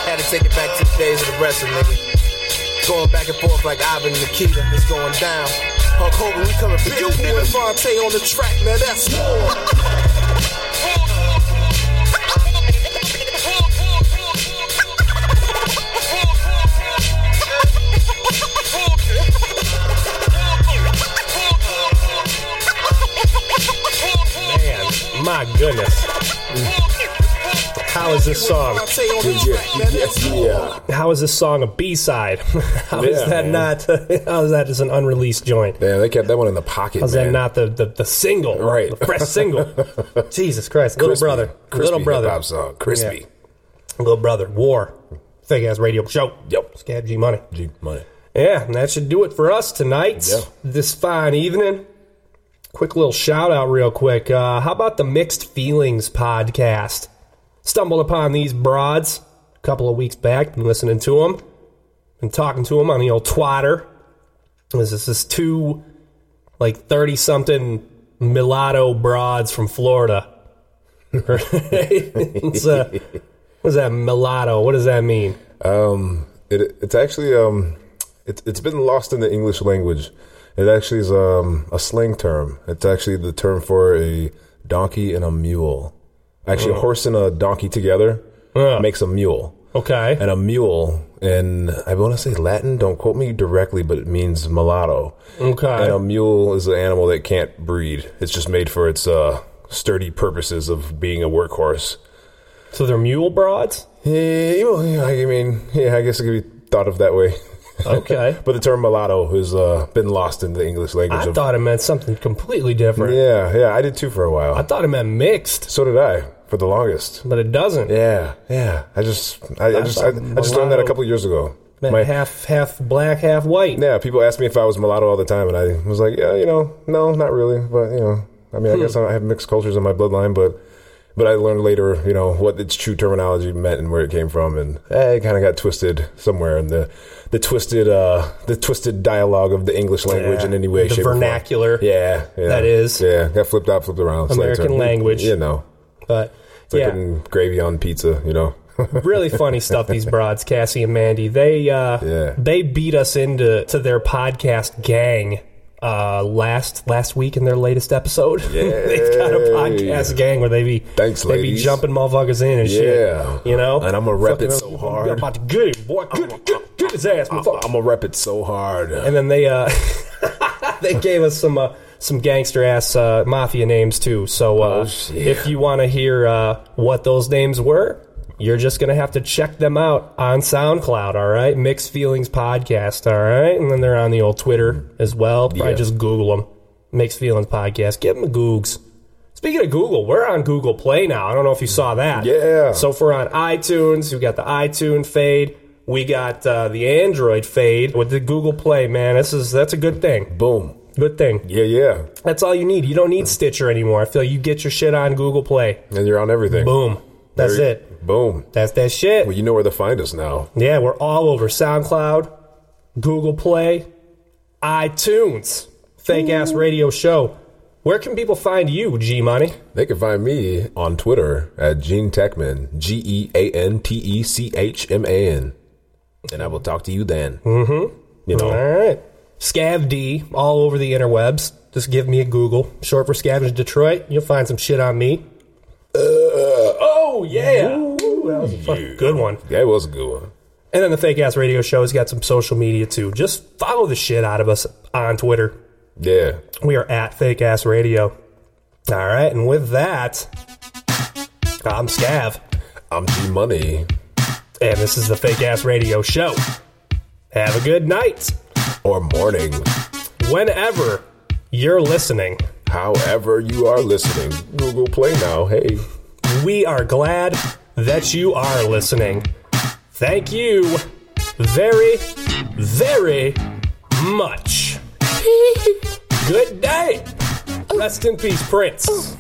Speaker 14: Had to take it back to the days of the wrestling, nigga. Going back and forth like Ivan and Nikita, it's going down. Hulk Hogan, we coming for you, nigga. Fonte on the track, now that's war.
Speaker 4: Man, my goodness. How is this song?
Speaker 5: yeah.
Speaker 4: How is this song a B side? How is
Speaker 5: Yeah,
Speaker 4: that
Speaker 5: man.
Speaker 4: not? How is that just an unreleased joint?
Speaker 5: Damn, they kept that one in the pocket,
Speaker 4: How is that
Speaker 5: man.
Speaker 4: not the, the, the single?
Speaker 5: Right.
Speaker 4: the fresh single. Jesus Christ, little
Speaker 5: Crispy.
Speaker 4: brother,
Speaker 5: Crispy
Speaker 4: little brother,
Speaker 5: hip-hop song. Crispy.
Speaker 4: Yeah. little brother, war, thick ass radio show. Yep, Scab G Money.
Speaker 5: G money.
Speaker 4: Yeah, and that should do it for us tonight.
Speaker 5: Yeah.
Speaker 4: This fine evening. Quick little shout out, real quick. Uh, how about the Mixed Feelings podcast? Stumbled upon these broads a couple of weeks back. Been listening to them, been talking to them on the old twatter. This is this two, like thirty something mulatto broads from Florida. Right? it's uh, what is that mulatto? What does that mean?
Speaker 5: Um, it, it's actually um, it, it's been lost in the English language. It actually is um, a slang term. It's actually the term for a donkey and a mule. Actually,
Speaker 4: Oh.
Speaker 5: a horse and a donkey together makes a mule.
Speaker 4: Okay.
Speaker 5: And a mule, and I want to say Latin. Don't quote me directly, but it means mulatto.
Speaker 4: Okay.
Speaker 5: And a mule is an animal that can't breed. It's just made for its uh, sturdy purposes of being a workhorse.
Speaker 4: So they're mule broads?
Speaker 5: Yeah, you know, yeah, I mean, yeah, I guess it could be thought of that way.
Speaker 4: Okay.
Speaker 5: but the term mulatto has uh, been lost in the English language.
Speaker 4: I
Speaker 5: of,
Speaker 4: thought it meant something completely different.
Speaker 5: Yeah, yeah, I did too for a while. I
Speaker 4: thought it meant mixed.
Speaker 5: So did I for the longest.
Speaker 4: But it doesn't.
Speaker 5: Yeah, yeah. I just, I, I
Speaker 4: I
Speaker 5: just, I, I
Speaker 4: thought
Speaker 5: just learned that a
Speaker 4: mulatto
Speaker 5: couple years ago.
Speaker 4: Meant
Speaker 5: My-
Speaker 4: half half black, half white.
Speaker 5: Yeah, people asked me if I was mulatto all the time, and I was like, yeah, you know, no, not really. But you know, I mean, I
Speaker 4: Hmm.
Speaker 5: guess I have mixed cultures in my bloodline, but. But I learned later, you know, what its true terminology meant and where it came from, and eh, it kind of got twisted somewhere in the the twisted uh, the twisted dialogue of the English language
Speaker 4: Yeah,
Speaker 5: in any way,
Speaker 4: the
Speaker 5: shape, or form.
Speaker 4: vernacular
Speaker 5: Yeah, yeah,
Speaker 4: that is.
Speaker 5: Yeah, got flipped out, flipped around. slang
Speaker 4: American
Speaker 5: term.
Speaker 4: language.
Speaker 5: You know,
Speaker 4: But
Speaker 5: it's like
Speaker 4: yeah.
Speaker 5: putting gravy on pizza. You know,
Speaker 4: really funny stuff these broads cassie and mandy they uh
Speaker 5: Yeah.
Speaker 4: they beat us into to their podcast gang uh last last week in their latest episode they've got a podcast gang where they be
Speaker 5: Thanks,
Speaker 4: they be
Speaker 5: ladies.
Speaker 4: jumping motherfuckers in and shit
Speaker 5: Yeah.
Speaker 4: you know
Speaker 5: And I'ma rep
Speaker 4: Fucking
Speaker 5: it
Speaker 4: up-
Speaker 5: so hard.
Speaker 4: I'm about to get it boy Get it, get it, get beat his ass.
Speaker 5: I'm, I'm gonna rep it so hard.
Speaker 4: And then they uh, they gave us some uh, some gangster ass uh, mafia names too. So uh, if you want to hear uh, what those names were, you're just gonna have to check them out on SoundCloud. All right, Mixed Feelings Podcast. All right, and then they're on the old Twitter as well. Probably
Speaker 5: Yeah.
Speaker 4: just Google them. Mixed Feelings Podcast. Give them a googs. Speaking of Google, we're on Google Play now. I don't know if you saw that. Yeah. So if we're on iTunes, we got the iTunes fade. We got uh, the Android fade with the Google Play. Man, this is that's a good thing.
Speaker 5: Boom.
Speaker 4: Good thing.
Speaker 5: Yeah, yeah.
Speaker 4: That's all you need. You don't need Stitcher anymore. I feel you get your shit on Google Play.
Speaker 5: And you're on everything.
Speaker 4: Boom. That's
Speaker 5: There-
Speaker 4: it.
Speaker 5: Boom.
Speaker 4: That's that shit.
Speaker 5: Well, you know where to find us now.
Speaker 4: Yeah, we're all over SoundCloud, Google Play, iTunes, Fake Ass Radio Show. Where can people find you, G Money?
Speaker 5: They can find me on Twitter at Gene Techman, G E A N T E C H M A N. And I will talk to you then.
Speaker 4: Mm-hmm.
Speaker 5: You know.
Speaker 4: All right. Scav D, all over the interwebs. Just give me a Google. Short for Scavenge Detroit. You'll find some shit on me. oh, yeah. that was a fucking good one.
Speaker 5: That was a good one.
Speaker 4: And then the Fake Ass Radio Show has got some social media too. Just follow the shit out of us on Twitter.
Speaker 5: Yeah.
Speaker 4: We are at Fake Ass Radio. All right. And with that, I'm Scav.
Speaker 5: I'm G Money.
Speaker 4: And this is the Fake Ass Radio Show. Have a good night.
Speaker 5: Or morning.
Speaker 4: Whenever you're listening.
Speaker 5: However you are listening. Google Play now. Hey.
Speaker 4: We are glad that you are listening. Thank you very, very much. Good day. Rest in peace, Prince.